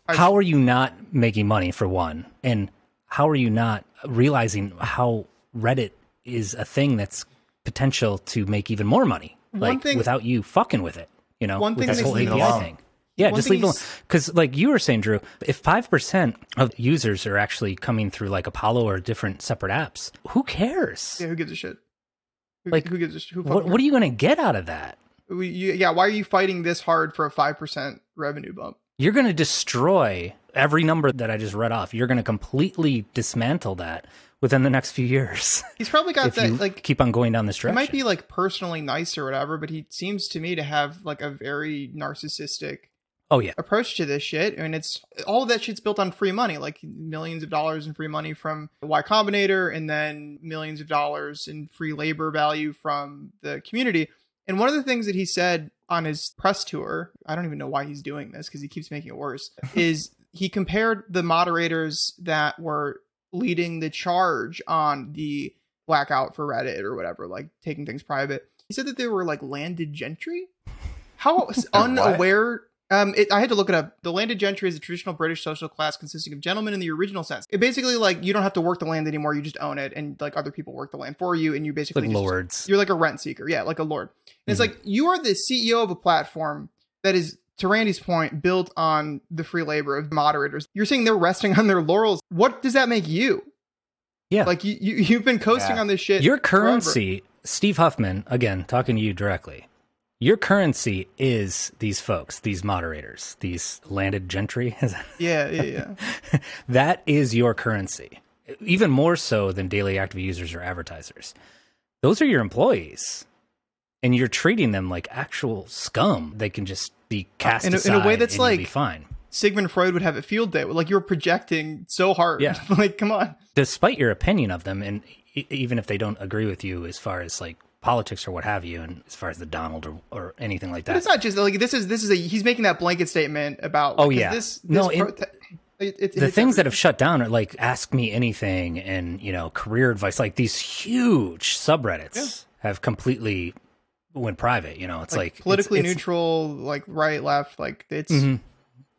Speaker 6: how are you not making money for one? And how are you not realizing how Reddit is a thing that's potential to make even more money? Like
Speaker 4: thing-
Speaker 6: without you fucking with it, you know,
Speaker 4: One
Speaker 6: with
Speaker 4: thing
Speaker 6: this
Speaker 4: that
Speaker 6: whole
Speaker 4: they
Speaker 6: API
Speaker 5: leave alone.
Speaker 6: thing. Yeah,
Speaker 4: One
Speaker 6: just
Speaker 4: thing
Speaker 6: leave it alone.
Speaker 4: is-
Speaker 6: Because, like you were saying, Drew, if 5% of users are actually coming through like Apollo or different separate apps, who cares?
Speaker 4: Yeah, who gives a shit? Who,
Speaker 6: Like,
Speaker 4: who gives a shit? Who
Speaker 6: What, what are you going to get out of that?
Speaker 4: you, yeah, why are you fighting this hard for a five percent revenue bump?
Speaker 6: you're going to destroy every number that I just read off. You're going to completely dismantle that within the next few years
Speaker 4: He's probably got
Speaker 6: if
Speaker 4: that
Speaker 6: you
Speaker 4: like
Speaker 6: keep on going down this
Speaker 4: It
Speaker 6: direction.
Speaker 4: might be like personally nice or whatever, but he seems to me to have like a very narcissistic
Speaker 6: Oh yeah.
Speaker 4: approach to this shit. I mean, it's all of that shit's built on free money, like millions of dollars in free money from Y Combinator, and then millions of dollars in free labor value from the community. And one of the things that he said on his press tour, I don't even know why he's doing this because he keeps making it worse, is he compared the moderators that were leading the charge on the blackout for Reddit or whatever, like taking things private. He said that they were like landed gentry. How unaware um, it, I had to look it up. The landed gentry is a traditional British social class consisting of gentlemen in the original sense. It basically like you don't have to work the land anymore; you just own it, and like other people work the land for you, and you basically
Speaker 6: Like Hmm.
Speaker 4: just,
Speaker 6: lords.
Speaker 4: you're like a rent seeker, yeah, like a lord. And it's like you are the CEO of a platform that is, to Randy's point, built on the free labor of moderators. You're saying they're resting on their laurels. What does that make you?
Speaker 6: Yeah.
Speaker 4: like you, you you've been coasting
Speaker 5: Yeah.
Speaker 4: on this shit.
Speaker 6: Your
Speaker 4: forever.
Speaker 6: currency, Steve Huffman, again, talking to you directly. Your currency is these folks, these moderators, these landed gentry.
Speaker 4: yeah, yeah, yeah.
Speaker 6: that is your currency, even more so than daily active users or advertisers. Those are your employees, and you're treating them like actual scum. They can just be cast
Speaker 4: Uh, in a- in a way
Speaker 6: aside
Speaker 4: that's
Speaker 6: and you'll be
Speaker 4: like-
Speaker 6: fine.
Speaker 4: Sigmund Freud would have a field day. Like you're projecting so hard.
Speaker 6: Yeah.
Speaker 4: like come on.
Speaker 6: despite your opinion of them, and e- even if they don't agree with you as far as like politics or what have you, and as far as the Donald or, or anything like
Speaker 4: But it's
Speaker 6: that,
Speaker 4: not just like this is this is a he's making that blanket statement about
Speaker 6: Oh,
Speaker 4: 'cause
Speaker 6: yeah.
Speaker 4: this, this
Speaker 6: No, it-
Speaker 4: it, it-
Speaker 6: the
Speaker 4: it's
Speaker 6: things that
Speaker 4: every-
Speaker 6: have shut down are like ask me anything and you know career advice, like these huge subreddits have completely went private. You know, it's like, it's-
Speaker 4: politically
Speaker 6: it's Mm-hmm.
Speaker 4: neutral like right left like it's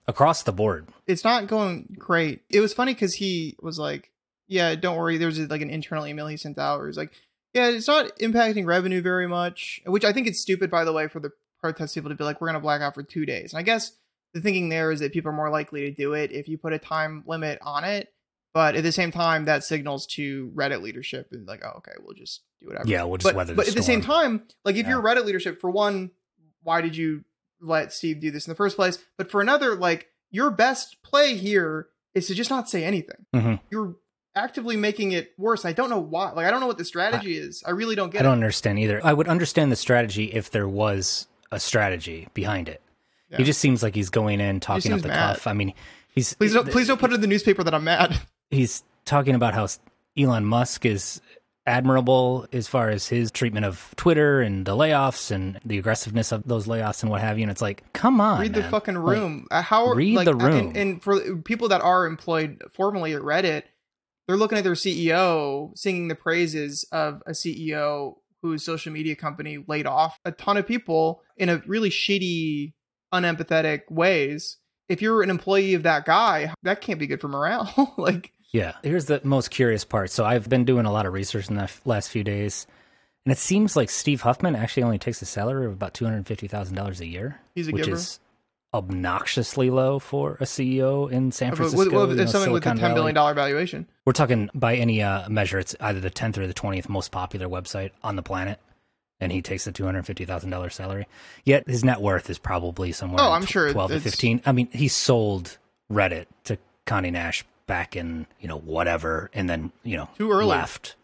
Speaker 6: across the board.
Speaker 4: it's not going great. It was funny because he was like, "Yeah, don't worry." There was like an internal email he sent out where he's like, "Yeah, it's not impacting revenue very much," which I think it's stupid, by the way, for the protest people to be like, "We're gonna black out for two days." And I guess the thinking there is that people are more likely to do it if you put a time limit on it. But at the same time, that signals to Reddit leadership and like, "Oh, okay, we'll just do whatever."
Speaker 6: Yeah, we'll just
Speaker 4: but,
Speaker 6: weather.
Speaker 4: but
Speaker 6: the
Speaker 4: at the same
Speaker 6: storm.
Speaker 4: time like if
Speaker 6: Yeah.
Speaker 4: you're reddit leadership for one why did you let steve do this in the first place but for another like your best play here is to just not say anything
Speaker 6: Mhm.
Speaker 4: you're actively making it worse i don't know why like i don't know what the strategy is i really don't get
Speaker 6: I don't
Speaker 4: it
Speaker 6: understand either. I would understand the strategy if there was a strategy behind it.
Speaker 4: Yeah.
Speaker 6: He just seems like he's going in talking up
Speaker 4: seems
Speaker 6: the
Speaker 4: mad.
Speaker 6: cuff. I mean, he's
Speaker 4: please don't please don't put it in the newspaper that i'm mad
Speaker 6: he's talking about how Elon Musk is admirable as far as his treatment of Twitter and the layoffs and the aggressiveness of those layoffs and what have you. And it's like, come on,
Speaker 4: read the
Speaker 6: man.
Speaker 4: fucking
Speaker 6: Like,
Speaker 4: room Uh, how
Speaker 6: read
Speaker 4: like,
Speaker 6: the
Speaker 4: and-
Speaker 6: room.
Speaker 4: and, for people that are employed formally at reddit they're looking at their ceo singing the praises of a ceo whose social media company laid off a ton of people in a really shitty unempathetic ways if you're an employee of that guy that can't be good for morale like
Speaker 6: yeah. Here's the most curious part. So I've been doing a lot of research in the f- last few days, and it seems like Steve Huffman actually only takes a salary of about two hundred fifty thousand dollars a year,
Speaker 4: He's a
Speaker 6: which
Speaker 4: giver.
Speaker 6: is obnoxiously low for a CEO in San
Speaker 4: with,
Speaker 6: Francisco.
Speaker 4: with, with
Speaker 6: you know,
Speaker 4: someone with a
Speaker 6: Silicon
Speaker 4: ten
Speaker 6: Valley.
Speaker 4: billion dollar valuation
Speaker 6: We're talking by any uh, measure, it's either the tenth or the twentieth most popular website on the planet, and he takes the two hundred fifty thousand dollars salary. Yet his net worth is probably somewhere.
Speaker 4: Oh,
Speaker 6: in
Speaker 4: I'm
Speaker 6: tw-
Speaker 4: sure it-
Speaker 6: twelve to
Speaker 4: it's-
Speaker 6: fifteen. I mean, he sold Reddit to Connie Nash back in you know whatever, and then you know
Speaker 4: Too early.
Speaker 6: left.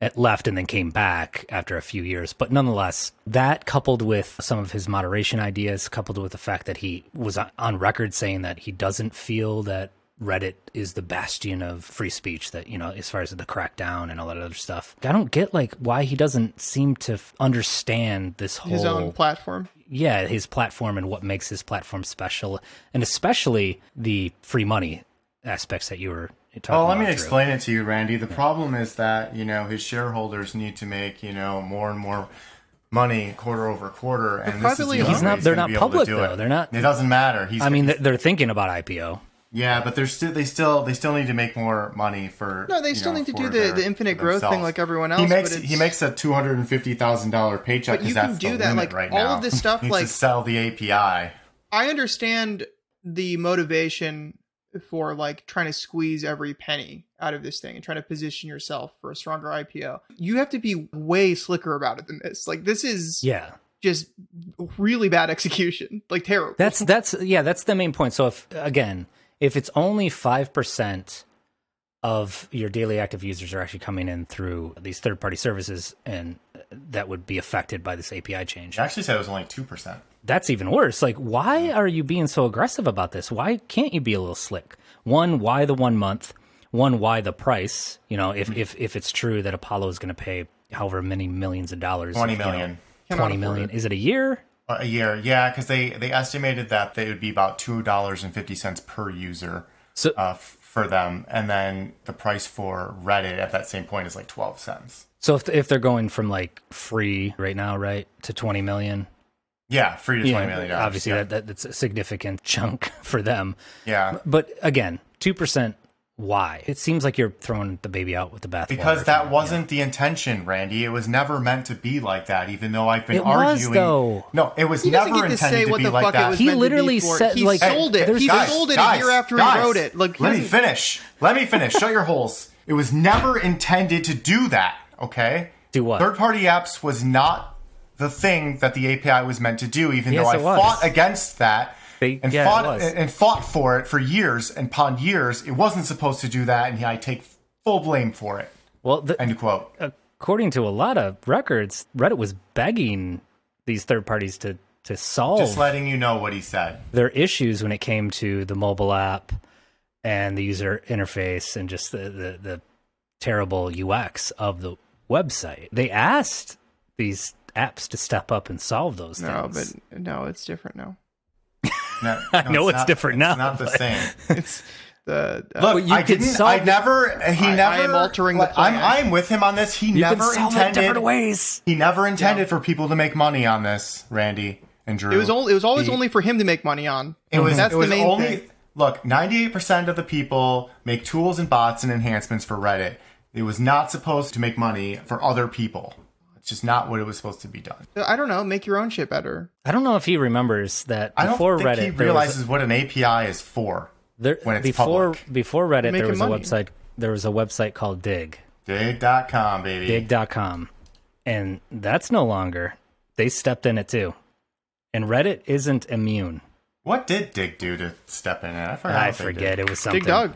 Speaker 6: It left and then came back after a few years. But nonetheless, that coupled with some of his moderation ideas, coupled with the fact that he was on- on record saying that he doesn't feel that Reddit is the bastion of free speech, that, you know, as far as the crackdown and all that other stuff. I don't get like why he doesn't seem to f- understand this whole
Speaker 4: his own platform
Speaker 6: yeah, his platform and what makes his platform special, and especially the free money aspects that you were talking
Speaker 5: Well,
Speaker 6: about.
Speaker 5: Oh, let me
Speaker 6: Drew.
Speaker 5: explain it to you, Randy. The problem is that, you know, his shareholders need to make, you know, more and more money quarter over quarter. And this is
Speaker 4: privately
Speaker 5: the only
Speaker 4: He's
Speaker 5: way
Speaker 6: not-
Speaker 5: he's
Speaker 6: they're
Speaker 5: gonna
Speaker 6: not
Speaker 5: be able to
Speaker 6: public,
Speaker 5: do
Speaker 6: though.
Speaker 5: It.
Speaker 6: They're not-
Speaker 5: It doesn't matter. He's,
Speaker 6: I mean, they're- they're thinking about IPO.
Speaker 5: yeah, but they're still, they still, they still need to make more money for.
Speaker 4: No, they
Speaker 5: you
Speaker 4: still
Speaker 5: know,
Speaker 4: need to
Speaker 5: for
Speaker 4: do the-
Speaker 5: their-
Speaker 4: the infinite
Speaker 5: for
Speaker 4: growth thing
Speaker 5: themselves.
Speaker 4: like everyone
Speaker 5: He
Speaker 4: else,
Speaker 5: makes,
Speaker 4: but it's-
Speaker 5: he makes a two hundred and fifty thousand dollar paycheck.
Speaker 4: But you
Speaker 5: 'cause
Speaker 4: can
Speaker 5: that's
Speaker 4: do
Speaker 5: the
Speaker 4: that,
Speaker 5: limit
Speaker 4: like,
Speaker 5: right
Speaker 4: all of
Speaker 5: now.
Speaker 4: this stuff,
Speaker 5: He
Speaker 4: like-
Speaker 5: needs to sell the API.
Speaker 4: I understand the motivation for like trying to squeeze every penny out of this thing and trying to position yourself for a stronger IPO. You have to be way slicker about it than this. Like this is
Speaker 6: Yeah,
Speaker 4: just really bad execution. Like terrible.
Speaker 6: that's that's yeah, that's the main point. So if again, if it's only five percent of your daily active users are actually coming in through these third party services, and that uh, would be affected by this API change.
Speaker 5: She actually said it was only two percent.
Speaker 6: that's even worse. Like, why are you being so aggressive about this? Why can't you be a little slick? One, why the one month? One, why the price? You know, if if if it's true that Apollo is going to pay however many millions of dollars,
Speaker 5: Twenty
Speaker 6: you know,
Speaker 5: million.
Speaker 4: Cannot
Speaker 6: twenty
Speaker 4: afford
Speaker 6: million.
Speaker 4: it.
Speaker 6: Is it a year?
Speaker 5: Uh, a year. Yeah, because they they estimated that they would be about two dollars and fifty cents per user
Speaker 6: So-
Speaker 5: uh, f- for them, and then the price for Reddit at that same point is like twelve cents.
Speaker 6: So if if they're going from like free right now, right, to twenty million,
Speaker 5: Yeah, free to
Speaker 6: yeah,
Speaker 5: twenty million dollars.
Speaker 6: obviously
Speaker 5: yeah.
Speaker 6: that, that that's a significant chunk for them.
Speaker 5: yeah.
Speaker 6: But again, two percent. Why? It seems like you're throwing the baby out with the bathwater.
Speaker 5: Because that wasn't the intention, Randy. It was never meant to be like that. Even though I've been
Speaker 6: It was,
Speaker 5: arguing,
Speaker 6: though.
Speaker 5: no, it was
Speaker 4: He doesn't
Speaker 5: never
Speaker 4: get to say
Speaker 5: intended to
Speaker 4: what
Speaker 5: be
Speaker 4: the
Speaker 5: like
Speaker 4: fuck it
Speaker 5: that.
Speaker 4: was.
Speaker 6: He
Speaker 4: meant to be
Speaker 6: literally
Speaker 4: for.
Speaker 6: said,
Speaker 4: he
Speaker 6: like-
Speaker 5: Hey,
Speaker 4: sold it. He
Speaker 5: guys,
Speaker 4: sold it
Speaker 5: guys,
Speaker 4: a year after
Speaker 5: guys,
Speaker 4: he wrote it. Like, he
Speaker 5: let me
Speaker 4: doesn't-
Speaker 5: finish. Let me finish. Shut your holes. It was never intended to do that. Okay.
Speaker 6: Do what?
Speaker 5: Third party apps was not the thing that the API was meant to do. Even
Speaker 6: Yes,
Speaker 5: though I
Speaker 6: it was.
Speaker 5: fought against that.
Speaker 6: They-
Speaker 5: and
Speaker 6: yeah, it
Speaker 5: fought
Speaker 6: was.
Speaker 5: and fought for it for years and upon years. It wasn't supposed to do that, and I take full blame for it.
Speaker 6: Well, the,
Speaker 5: End quote.
Speaker 6: Oh. according to a lot of records, Reddit was begging these third parties to to solve
Speaker 5: Just letting you know what he said.
Speaker 6: their issues when it came to the mobile app and the user interface and just the the, the terrible UX of the website. They asked these apps to step up and solve those
Speaker 4: No,
Speaker 6: things.
Speaker 4: but no, it's different now.
Speaker 5: No,
Speaker 6: I know it's
Speaker 5: not-
Speaker 6: different
Speaker 5: it's
Speaker 6: now,
Speaker 5: Not the
Speaker 6: but-
Speaker 5: same.
Speaker 4: It's the uh,
Speaker 5: Look,
Speaker 6: you
Speaker 5: I
Speaker 6: could
Speaker 5: didn't.
Speaker 6: solve
Speaker 5: I
Speaker 6: it-
Speaker 5: never. He
Speaker 4: I-
Speaker 5: never.
Speaker 4: I am altering the
Speaker 5: like, I'm,
Speaker 4: plan.
Speaker 5: I'm with him on this. He
Speaker 6: you
Speaker 5: never
Speaker 6: can solve it
Speaker 5: intended.
Speaker 6: different ways.
Speaker 5: He never intended for people to make money on this, Randy and Drew.
Speaker 4: It was only it was always
Speaker 5: The-
Speaker 4: only for him to make money on.
Speaker 5: It was.
Speaker 4: that's
Speaker 5: it was
Speaker 4: the main
Speaker 5: only.
Speaker 4: thing.
Speaker 5: Look, 98% of the people make tools and bots and enhancements for Reddit. It was not supposed to make money for other people. It's just not what it was supposed to be done.
Speaker 4: I don't know. Make your own shit better.
Speaker 6: I don't know if he remembers that
Speaker 5: I don't
Speaker 6: before
Speaker 5: think
Speaker 6: Reddit
Speaker 5: he
Speaker 6: there was-
Speaker 5: realizes what an API is for.
Speaker 6: there-
Speaker 5: when it's
Speaker 6: before
Speaker 5: public.
Speaker 6: before Reddit there
Speaker 4: Making
Speaker 6: was a
Speaker 4: money.
Speaker 6: website there was a website called Dig.
Speaker 5: Dig.com, baby.
Speaker 6: dig.com and that's no longer they stepped in it too and reddit isn't immune
Speaker 5: What did Dig do to step in it? I forgot.
Speaker 6: i
Speaker 5: what they did.
Speaker 6: forget it was something
Speaker 4: Dig dug,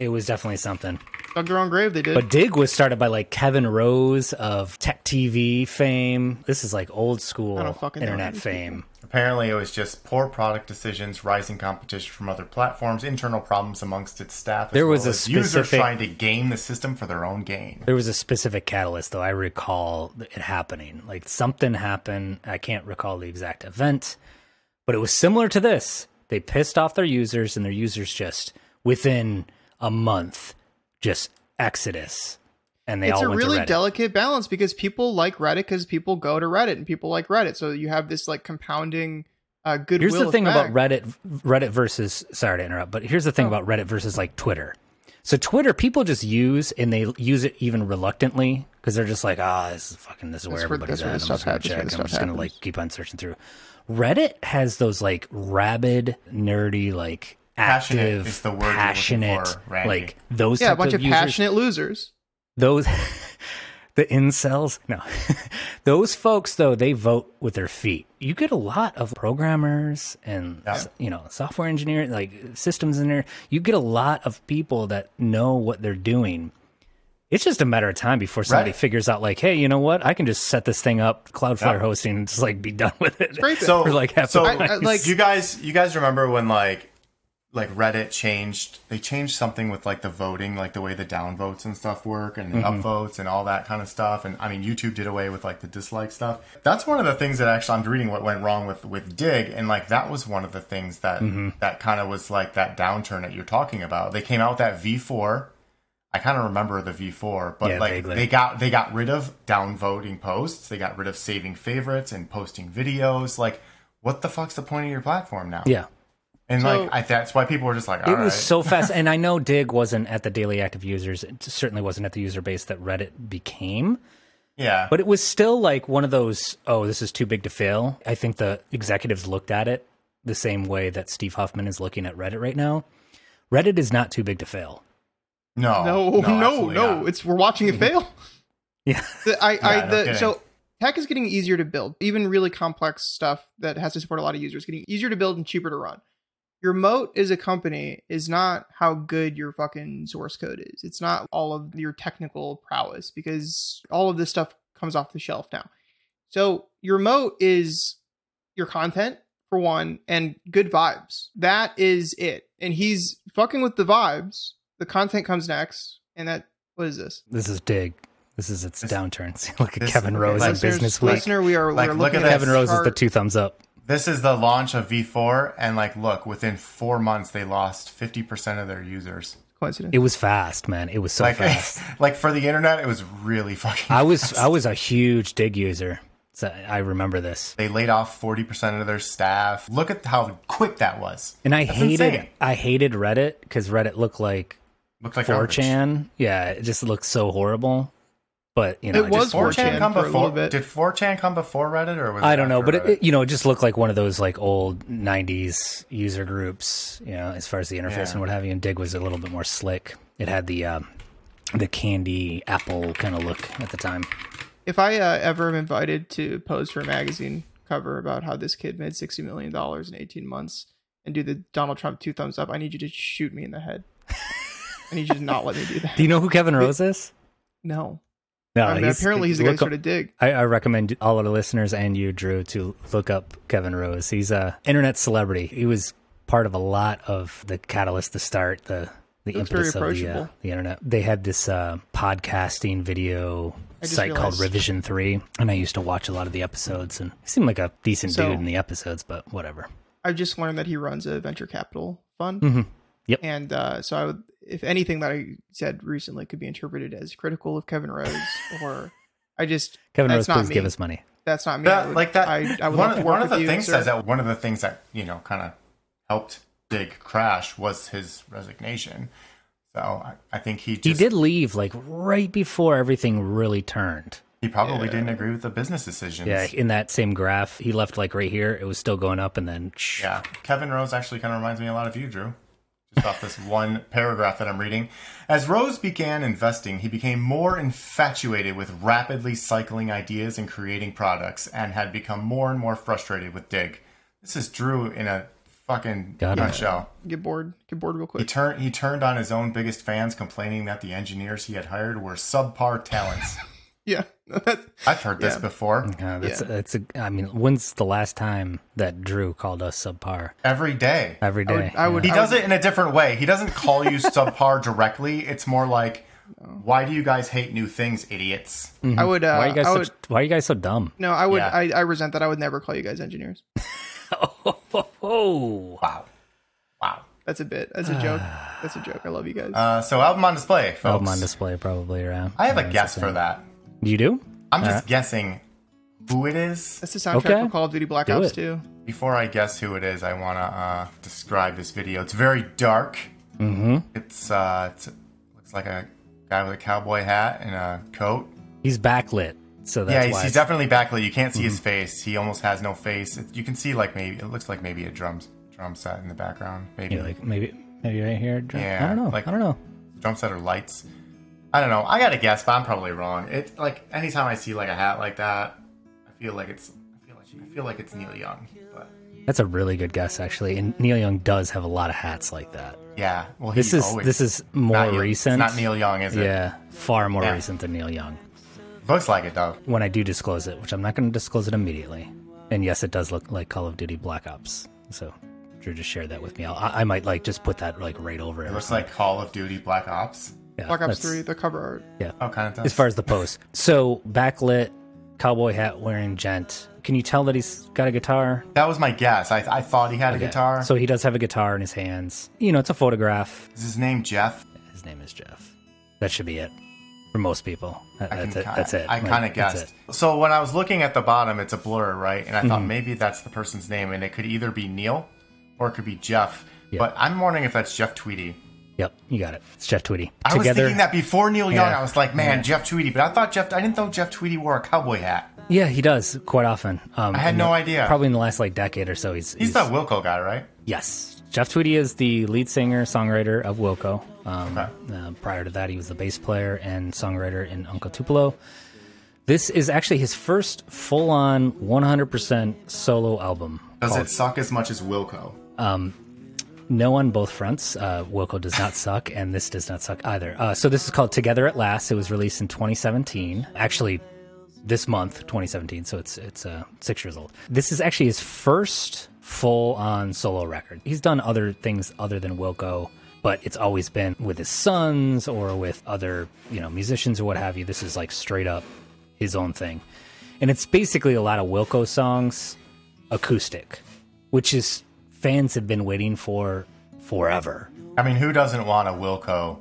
Speaker 6: it was definitely something
Speaker 4: dug their own grave. They did.
Speaker 6: but dig was started by like kevin rose of tech tv fame this is like old school
Speaker 4: I don't fucking know
Speaker 6: internet
Speaker 4: these
Speaker 6: fame
Speaker 5: Apparently, it was just poor product decisions, rising competition from other platforms, internal problems amongst its staff. as
Speaker 6: There was
Speaker 5: well
Speaker 6: a
Speaker 5: as users
Speaker 6: specific-
Speaker 5: trying to game the system for their own gain.
Speaker 6: there was a specific catalyst though i recall it happening like something happened i can't recall the exact event but it was similar to this they pissed off their users and their users just within a month just exodus and they
Speaker 4: it's
Speaker 6: all
Speaker 4: a
Speaker 6: went
Speaker 4: really
Speaker 6: to Reddit.
Speaker 4: delicate balance because people like Reddit because people go to Reddit and people like Reddit. So you have this like compounding uh, goodwill.
Speaker 6: here's the thing
Speaker 4: effect.
Speaker 6: about reddit reddit versus sorry to interrupt but here's the
Speaker 4: Oh.
Speaker 6: thing about reddit versus like twitter so twitter people just use and they use it even reluctantly because they're just like ah this is fucking this is where
Speaker 4: That's where-
Speaker 6: everybody's
Speaker 4: that's where
Speaker 6: at
Speaker 4: the
Speaker 6: i'm just
Speaker 4: stuff
Speaker 6: gonna
Speaker 4: happens,
Speaker 6: check
Speaker 4: where the
Speaker 6: i'm
Speaker 4: stuff
Speaker 6: just gonna like
Speaker 4: happens.
Speaker 6: keep on searching through reddit has those like rabid nerdy like
Speaker 5: Passionate
Speaker 6: active
Speaker 5: is the word you're looking
Speaker 6: passionate
Speaker 5: for, Randy.
Speaker 6: like those
Speaker 4: Yeah, a
Speaker 6: type
Speaker 4: bunch of
Speaker 6: users-
Speaker 4: passionate losers.
Speaker 6: those the incels no those folks though they vote with their feet you get a lot of programmers and
Speaker 5: Yeah.
Speaker 6: you know software engineer like systems engineer you get a lot of people that know what they're doing it's just a matter of time before somebody
Speaker 5: Right.
Speaker 6: figures out like hey you know what i can just set this thing up cloudflare
Speaker 5: Yeah.
Speaker 6: hosting and just like be done with it
Speaker 4: Great.
Speaker 5: So,
Speaker 6: We're like half
Speaker 5: so
Speaker 6: the
Speaker 4: I- I- like-
Speaker 5: you guys, you guys remember when like like Reddit changed? They changed something with like the voting, like the way the downvotes and stuff work, and the
Speaker 6: Mm-hmm.
Speaker 5: upvotes and all that kind of stuff. And I mean, YouTube did away with like the dislike stuff. That's one of the things that actually I'm reading what went wrong with with Dig, and like that was one of the things that
Speaker 6: Mm-hmm.
Speaker 5: that kind of was like that downturn that you're talking about. They came out with that V4. I kind of remember the V4, but
Speaker 6: Yeah,
Speaker 5: like
Speaker 6: vaguely.
Speaker 5: they got they got rid of downvoting posts. They got rid of saving favorites and posting videos. Like, what the fuck's the point of your platform now?
Speaker 6: yeah
Speaker 5: and
Speaker 4: So-
Speaker 5: like I, that's why people were just like,
Speaker 6: it
Speaker 5: all
Speaker 6: was
Speaker 5: right.
Speaker 6: so fast and i know dig wasn't at the daily active users it certainly wasn't at the user base that reddit became
Speaker 5: yeah,
Speaker 6: But it was still like one of those, oh, this is too big to fail. I think the executives looked at it the same way that Steve Huffman is looking at Reddit right now. Reddit is not too big to fail.
Speaker 5: Oh, no,
Speaker 4: no, no, no.
Speaker 5: absolutely not.
Speaker 4: It's we're watching it fail.
Speaker 6: Yeah.
Speaker 4: The, I, I,
Speaker 5: no
Speaker 4: the,
Speaker 5: kidding.
Speaker 4: so tech is getting easier to build, even really complex stuff that has to support a lot of users, getting easier to build and cheaper to run. Your moat as a company is not how good your fucking source code is. It's not all of your technical prowess because all of this stuff comes off the shelf now. So your moat is your content for one and good vibes. That is it. And he's fucking with the vibes. The content comes next, and that what is this?
Speaker 6: This is dig. This is its
Speaker 5: This-
Speaker 6: downturn. See, look at
Speaker 5: this-
Speaker 6: Kevin Rose
Speaker 5: like-
Speaker 6: on
Speaker 4: Listeners-
Speaker 6: Business Week.
Speaker 4: Listener, we are,
Speaker 5: Like,
Speaker 4: we are
Speaker 5: look
Speaker 4: looking
Speaker 5: at
Speaker 4: at
Speaker 5: this
Speaker 6: Kevin Rose is
Speaker 4: chart.
Speaker 6: the two thumbs up.
Speaker 5: This is the launch of V4, and like, look, within four months, they lost 50% of their users.
Speaker 4: coincidence.
Speaker 6: It was fast, man. It was so
Speaker 5: Like,
Speaker 6: fast.
Speaker 5: like for the internet, it was really fucking.
Speaker 6: I was I was a huge dig user. So I remember this,
Speaker 5: they laid off 40% of their staff. Look at how quick that was.
Speaker 6: and I
Speaker 5: That's
Speaker 6: hated
Speaker 5: insane.
Speaker 6: I hated Reddit because Reddit looked like
Speaker 5: Looked like garbage.
Speaker 6: 4chan. Yeah, it just looked so horrible. But you know,
Speaker 4: It
Speaker 6: I
Speaker 4: was
Speaker 6: just-
Speaker 5: 4chan come
Speaker 4: for a little
Speaker 5: before?
Speaker 4: bit.
Speaker 5: Did 4chan come before Reddit or was it
Speaker 6: I don't know,
Speaker 5: after
Speaker 6: but it,
Speaker 5: Reddit?
Speaker 6: it, you know, it just looked like one of those like old '90s user groups. You know, as far as the interface
Speaker 5: Yeah.
Speaker 6: and what have you. And Dig was a little bit more slick. It had the um, the candy apple kind of look at the time.
Speaker 4: If I uh, ever am invited to pose for a magazine cover about how this kid made sixty million dollars in eighteen months and do the Donald Trump two thumbs up, I need you to shoot me in the head. I need you to not let me do that.
Speaker 6: Do you know who Kevin Rose is?
Speaker 4: No,
Speaker 6: No,
Speaker 4: I mean, apparently he's the guy who
Speaker 6: Uh, look up-
Speaker 4: started dig.
Speaker 6: I, I recommend all of the listeners and you, Drew, to look up Kevin Rose. He's a internet celebrity. He was part of a lot of the catalyst to start the the
Speaker 4: Looks very
Speaker 6: impetus of the, uh,
Speaker 4: approachable.
Speaker 6: the internet. They had this uh, podcasting video
Speaker 4: I just
Speaker 6: site called
Speaker 4: realized-
Speaker 6: Revision Three, and I used to watch a lot of the episodes. And he seemed like a decent
Speaker 4: So-
Speaker 6: dude in the episodes, but whatever.
Speaker 4: I've just learned that he runs a venture capital fund.
Speaker 6: Mhm. Yep.
Speaker 4: And uh, so, I would, if anything that I said recently could be interpreted as critical of Kevin Rose, or I just
Speaker 6: Kevin
Speaker 4: that's
Speaker 6: Rose,
Speaker 4: not
Speaker 6: please
Speaker 4: me.
Speaker 6: give us money.
Speaker 4: that's not me. I
Speaker 5: that,
Speaker 4: would-
Speaker 5: like that.
Speaker 4: I, I would
Speaker 5: one
Speaker 4: love to work
Speaker 5: of- one of
Speaker 4: with
Speaker 5: the
Speaker 4: you,
Speaker 5: things
Speaker 4: sir.
Speaker 5: that- that one of the things that you know kind of helped Dig crash was his resignation. So I, I think he
Speaker 6: He
Speaker 5: just,
Speaker 6: did leave like right before everything really turned.
Speaker 5: He probably didn't agree with the business decisions.
Speaker 6: Yeah, in that same graph, he left like right here. It was still going up, and then
Speaker 5: Yeah. Kevin Rose actually kind of reminds me a lot of you, Drew. Just off this one paragraph that I'm reading. As Rose began investing, he became more infatuated with rapidly cycling ideas and creating products and had become more and more frustrated with Dig. This is Drew in a fucking
Speaker 6: Got it.
Speaker 5: nutshell.
Speaker 4: get bored, get bored real
Speaker 5: He
Speaker 4: quick.
Speaker 5: turned he turned on his own biggest fans, complaining that the engineers he had hired were subpar talents.
Speaker 4: yeah, that's,
Speaker 5: I've heard this
Speaker 4: Yeah.
Speaker 5: before.
Speaker 6: Yeah, Uh, that's
Speaker 4: Yeah.
Speaker 6: that's. A, I mean, when's the last time that Drew called us subpar?
Speaker 5: Every day.
Speaker 6: Every day.
Speaker 4: I would-
Speaker 5: He
Speaker 4: I
Speaker 5: does it in a different way. He doesn't call you subpar directly. It's more like, why do you guys hate new things, idiots?
Speaker 4: I would. Uh,
Speaker 6: Mm-hmm. why are you guys?
Speaker 4: I
Speaker 6: so,
Speaker 4: would.
Speaker 6: Why are you guys so dumb?
Speaker 4: No, I would.
Speaker 5: Yeah.
Speaker 4: I, I resent that. I would never call you guys engineers.
Speaker 6: Oh,
Speaker 5: Wow. Wow.
Speaker 4: That's a bit. That's a joke. That's a joke. I love you guys.
Speaker 5: Uh, so, album on display, folks.
Speaker 6: album on display probably around.
Speaker 5: I have
Speaker 6: Yeah,
Speaker 5: a
Speaker 6: it's
Speaker 5: guess
Speaker 6: the
Speaker 5: for
Speaker 6: same.
Speaker 5: that.
Speaker 6: You do?
Speaker 5: I'm just guessing who it is.
Speaker 4: that's the soundtrack
Speaker 6: okay.
Speaker 4: for Call of Duty Black
Speaker 6: Do
Speaker 4: Ops
Speaker 6: it.
Speaker 4: 2.
Speaker 5: Before I guess who it is, I want to uh, describe this video. It's very dark.
Speaker 6: Mm-hmm.
Speaker 5: It's, uh, it's looks like a guy with a cowboy hat and a coat.
Speaker 6: He's backlit, so
Speaker 5: yeah,
Speaker 6: that's
Speaker 5: he's,
Speaker 6: why. Mm-hmm.
Speaker 5: he's definitely backlit. You can't see his face. He almost has no face. It- you can see like maybe it looks like maybe a drum drum set in the background. Maybe
Speaker 6: you know, like maybe maybe right here. Drew?
Speaker 5: Yeah,
Speaker 6: I don't know.
Speaker 5: like-
Speaker 6: I don't know.
Speaker 5: drum set or lights. I don't know. I got to guess, but I'm probably wrong. It like anytime I see like a hat like that, I feel like it's I feel like, I feel like it's Neil Young. But
Speaker 6: That's a really good guess actually. And Neil Young does have a lot of hats like that.
Speaker 5: yeah, well he
Speaker 6: This is
Speaker 5: always-
Speaker 6: this is
Speaker 5: not
Speaker 6: more
Speaker 5: Neil-
Speaker 6: recent.
Speaker 5: It's not Neil Young, is it?
Speaker 6: Yeah, far more
Speaker 5: Yeah.
Speaker 6: recent than Neil Young.
Speaker 5: Looks like it though.
Speaker 6: when I do disclose it, which I'm not going to disclose it immediately. And yes, it does look like Call of Duty Black Ops. So Drew just shared that with me. I'll, I I might like just put that like right over it.
Speaker 5: It
Speaker 6: or
Speaker 5: looks
Speaker 6: something.
Speaker 5: like Call of Duty Black Ops.
Speaker 6: Yeah,
Speaker 4: Black Ops
Speaker 6: that's-
Speaker 4: 3, the cover art.
Speaker 5: Oh, kind of does.
Speaker 6: As far as the pose, so backlit, cowboy hat wearing gent. Can you tell that he's got a guitar?
Speaker 5: that was my guess. I, I thought he had a
Speaker 6: Yeah.
Speaker 5: guitar.
Speaker 6: So he does have a guitar in his hands. You know, it's a photograph.
Speaker 5: is his name Jeff?
Speaker 6: His name is Jeff. That should be it for most people. That-
Speaker 5: I
Speaker 6: that's
Speaker 5: can
Speaker 6: it.
Speaker 5: kinda-
Speaker 6: that's it.
Speaker 5: I
Speaker 6: Like,
Speaker 5: kind of
Speaker 6: that's
Speaker 5: guessed.
Speaker 6: it. Mm-hmm.
Speaker 5: So when I was looking at the bottom, it's a blur, right? And I thought maybe that's the person's name, and it could either be Neil or it could be Jeff.
Speaker 6: Yeah.
Speaker 5: But I'm wondering if that's Jeff Tweedy.
Speaker 6: Yep, you got it. It's Jeff Tweedy.
Speaker 5: I was thinking that before Neil Young,
Speaker 6: Yeah.
Speaker 5: I was like, man, Jeff Tweedy. But I thought Jeff, I didn't know Jeff Tweedy wore a cowboy hat.
Speaker 6: Yeah, he does quite often. Um,
Speaker 5: I had
Speaker 6: in
Speaker 5: no
Speaker 6: the-
Speaker 5: idea.
Speaker 6: Probably in the last like decade or so, he's
Speaker 5: He's that Wilco guy, right?
Speaker 6: yes. Jeff Tweedy is the lead singer songwriter of Wilco. Um,
Speaker 5: Okay.
Speaker 6: uh, prior to that, he was the bass player and songwriter in Uncle Tupelo. This is actually his first full-on 100% solo album.
Speaker 5: Does
Speaker 6: called
Speaker 5: it suck as much as Wilco?
Speaker 6: No on both fronts. Uh, Wilco does not suck, and this does not suck either. Uh, so this is called Together at Last. It was released in 2017. Actually, this month, 2017. So it's it's uh, six years old. This is actually his first full on solo record. He's done other things other than Wilco, but it's always been with his sons or with other you know musicians or what have you. This is like straight up his own thing, and it's basically a lot of Wilco songs, acoustic, which is fans have been waiting for forever.
Speaker 5: I mean, who doesn't want a Wilco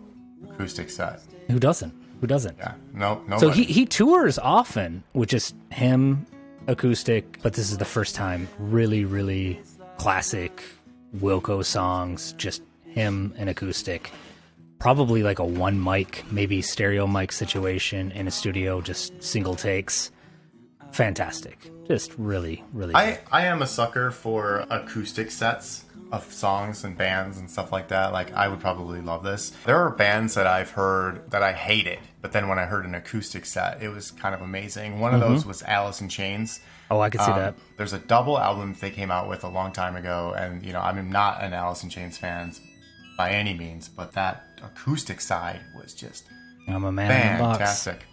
Speaker 5: acoustic set?
Speaker 6: Who doesn't? Who doesn't?
Speaker 5: Yeah, no, no.
Speaker 6: So he, he tours often with just him, acoustic, but this is the first time really, really classic Wilco songs, just him and acoustic. Probably like a one mic, maybe stereo mic situation in a studio, just single takes. Fantastic. Just really, really.
Speaker 5: I, I am a sucker for acoustic sets of songs and bands and stuff like that. Like, I would probably love this. There are bands that I've heard that I hated, but then when I heard an acoustic set, it was kind of amazing. One of those was Alice in Chains.
Speaker 6: oh, I could Mm-hmm. see
Speaker 5: Um,
Speaker 6: that.
Speaker 5: There's a double album they came out with a long time ago, and you know I'm not an Alice in Chains fan by any means, but that acoustic side was just
Speaker 6: I'm a man in a box.
Speaker 5: fantastic.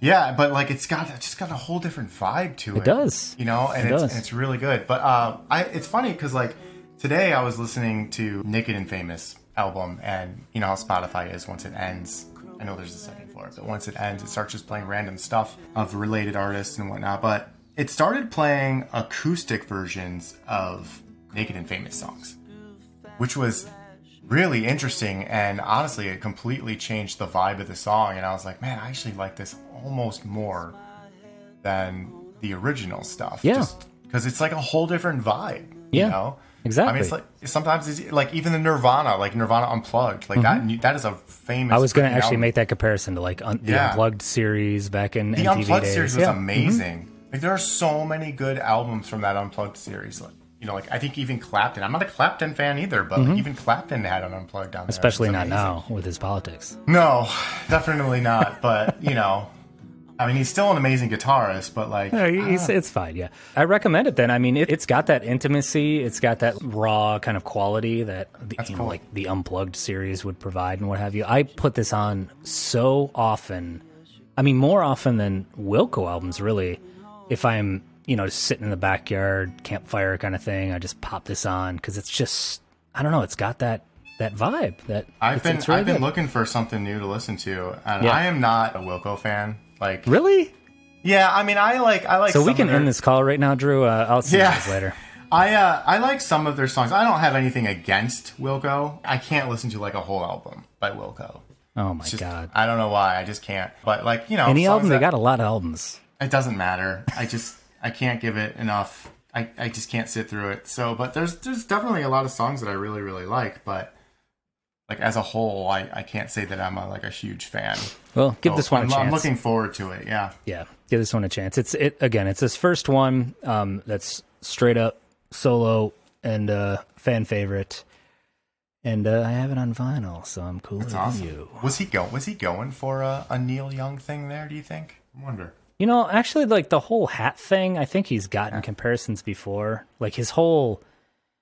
Speaker 5: Yeah, but like it's got it's just got a whole different vibe to it.
Speaker 6: It does.
Speaker 5: you know, and
Speaker 6: It
Speaker 5: it's
Speaker 6: does.
Speaker 5: and it's really good. But uh, I it's funny because like today I was listening to Naked and Famous album, and you know how Spotify is once it ends. I know there's a second for it, but once it ends, it starts just playing random stuff of related artists and whatnot. But it started playing acoustic versions of Naked and Famous songs, which was really interesting and honestly it completely changed the vibe of the song and i was like man i actually like this almost more than the original stuff
Speaker 6: Yeah.
Speaker 5: because it's like a whole different vibe
Speaker 6: Yeah,
Speaker 5: you know i mean
Speaker 6: exactly.
Speaker 5: it's like sometimes it's like even the nirvana like nirvana unplugged like that that is a famous
Speaker 6: Mm-hmm. I was going to
Speaker 5: freaking
Speaker 6: actually
Speaker 5: album.
Speaker 6: make that comparison to like un- the
Speaker 5: Yeah.
Speaker 6: Unplugged series back in
Speaker 5: the
Speaker 6: MTV
Speaker 5: unplugged
Speaker 6: days.
Speaker 5: series was
Speaker 6: Yeah. mm-hmm.
Speaker 5: amazing like there are so many good albums from that unplugged series like you know, like I think even Clapton. I'm not a Clapton fan either, but like, even Clapton had an unplugged on there.
Speaker 6: Mm-hmm. Especially
Speaker 5: It's
Speaker 6: not
Speaker 5: amazing.
Speaker 6: now with his politics.
Speaker 5: No, definitely not. But you know, I mean, he's still an amazing guitarist. But like,
Speaker 6: No, it's, it's fine. Yeah, I recommend it. Then I mean, it, it's got that intimacy. It's got that raw kind of quality that the, you know,
Speaker 5: cool.
Speaker 6: like the unplugged series would provide and what have you. I put this on so often. I mean, more often than Wilco albums, really. If I'm you know just sitting in the backyard campfire kind of thing, I just pop this on because it's just I don't know. It's got that that vibe. That
Speaker 5: I've
Speaker 6: it's-
Speaker 5: been
Speaker 6: it's really
Speaker 5: I've been
Speaker 6: good.
Speaker 5: looking for something new to listen to, and
Speaker 6: Yeah.
Speaker 5: I am not a Wilco fan. Like,
Speaker 6: really.
Speaker 5: yeah, I mean, I like I like.
Speaker 6: So we
Speaker 5: some
Speaker 6: can
Speaker 5: of their-
Speaker 6: end this call right now, Drew. Uh, I'll see
Speaker 5: Yeah.
Speaker 6: you guys later.
Speaker 5: I uh, I like some of their songs. I don't have anything against Wilco. I can't listen to like a whole album by Wilco.
Speaker 6: Oh my
Speaker 5: It's just-
Speaker 6: god!
Speaker 5: I don't know why. I just can't. But like you know,
Speaker 6: Any
Speaker 5: songs
Speaker 6: album? They
Speaker 5: that-
Speaker 6: got a lot of albums.
Speaker 5: it doesn't matter. I just I can't give it enough. I, I just can't sit through it. So, but there's there's definitely a lot of songs that I really really like, but like as a whole, I, I can't say that I'm a, like a huge fan.
Speaker 6: Well, give
Speaker 5: So
Speaker 6: this one
Speaker 5: Oh, I'm,
Speaker 6: a chance.
Speaker 5: I'm looking forward to it. Yeah,
Speaker 6: yeah, give this one a chance. It's it again. It's his first one. Um, that's straight up solo and uh, fan favorite. And uh, I have it on vinyl, so I'm cool
Speaker 5: that's
Speaker 6: with
Speaker 5: awesome.
Speaker 6: you.
Speaker 5: Was he go Was he going for a, a Neil Young thing there? Do you think? I wonder.
Speaker 6: You know, actually, like the whole hat thing. I think he's gotten comparisons before. Like his whole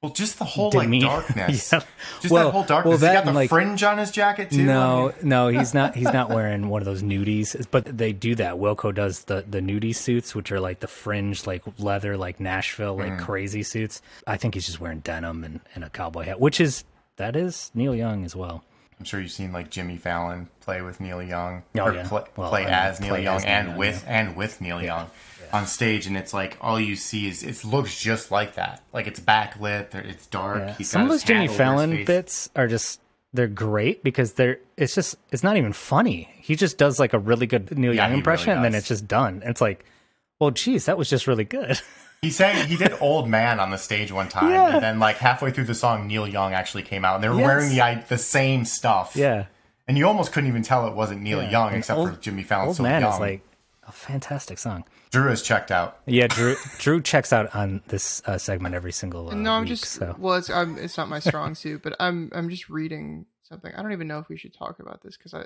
Speaker 5: Well, just the whole
Speaker 6: Demi-
Speaker 5: like darkness.
Speaker 6: Yeah.
Speaker 5: Just
Speaker 6: Well-
Speaker 5: that whole darkness.
Speaker 6: well,
Speaker 5: he
Speaker 6: that
Speaker 5: got the
Speaker 6: and, like-
Speaker 5: fringe on his jacket too. I
Speaker 6: No,
Speaker 5: mean,
Speaker 6: no, he's not. He's not wearing one of those nudies. But they do that. Wilco does the the nudie suits, which are like the fringe, like leather, like Nashville,
Speaker 5: Mm.
Speaker 6: like crazy suits. I think he's just wearing denim and, and a cowboy hat, which is that is Neil Young as well.
Speaker 5: I'm sure you've seen like Jimmy Fallon play with Neil Young
Speaker 6: Oh,
Speaker 5: or
Speaker 6: yeah.
Speaker 5: play,
Speaker 6: Well,
Speaker 5: play
Speaker 6: I mean,
Speaker 5: as Neil
Speaker 6: play
Speaker 5: Young
Speaker 6: as Neil
Speaker 5: and
Speaker 6: Young,
Speaker 5: with and with Neil Young on stage, and it's like all you see is it looks just like that. Like it's backlit, there- it's dark.
Speaker 6: Yeah.
Speaker 5: he's
Speaker 6: Some of
Speaker 5: got his
Speaker 6: those Jimmy
Speaker 5: hat over his
Speaker 6: Fallon
Speaker 5: face.
Speaker 6: bits are just they're great because they're it's just it's not even funny. He just does like a really good Neil
Speaker 5: Yeah, he
Speaker 6: Young
Speaker 5: really
Speaker 6: impression, and then
Speaker 5: does.
Speaker 6: it's just done. It's like, well, geez, that was just really good.
Speaker 5: He sang he did "Old Man" on the stage one time,
Speaker 6: Yeah.
Speaker 5: and then like halfway through the song, Neil Young actually came out, and they were
Speaker 6: Yes.
Speaker 5: wearing the i- the same stuff.
Speaker 6: yeah.
Speaker 5: and you almost couldn't even tell it wasn't Neil Young
Speaker 6: And
Speaker 5: except for
Speaker 6: Old-
Speaker 5: Jimmy Fallon.
Speaker 6: Old
Speaker 5: so
Speaker 6: man
Speaker 5: young.
Speaker 6: is like a fantastic song.
Speaker 5: Drew is checked out.
Speaker 6: Yeah, Drew Drew checks out on this uh, segment every single. Uh,
Speaker 4: No, I'm
Speaker 6: week,
Speaker 4: just
Speaker 6: so.
Speaker 4: well, it's I'm, it's not my strong suit, but I'm I'm just reading something. I don't even know if we should talk about this because I,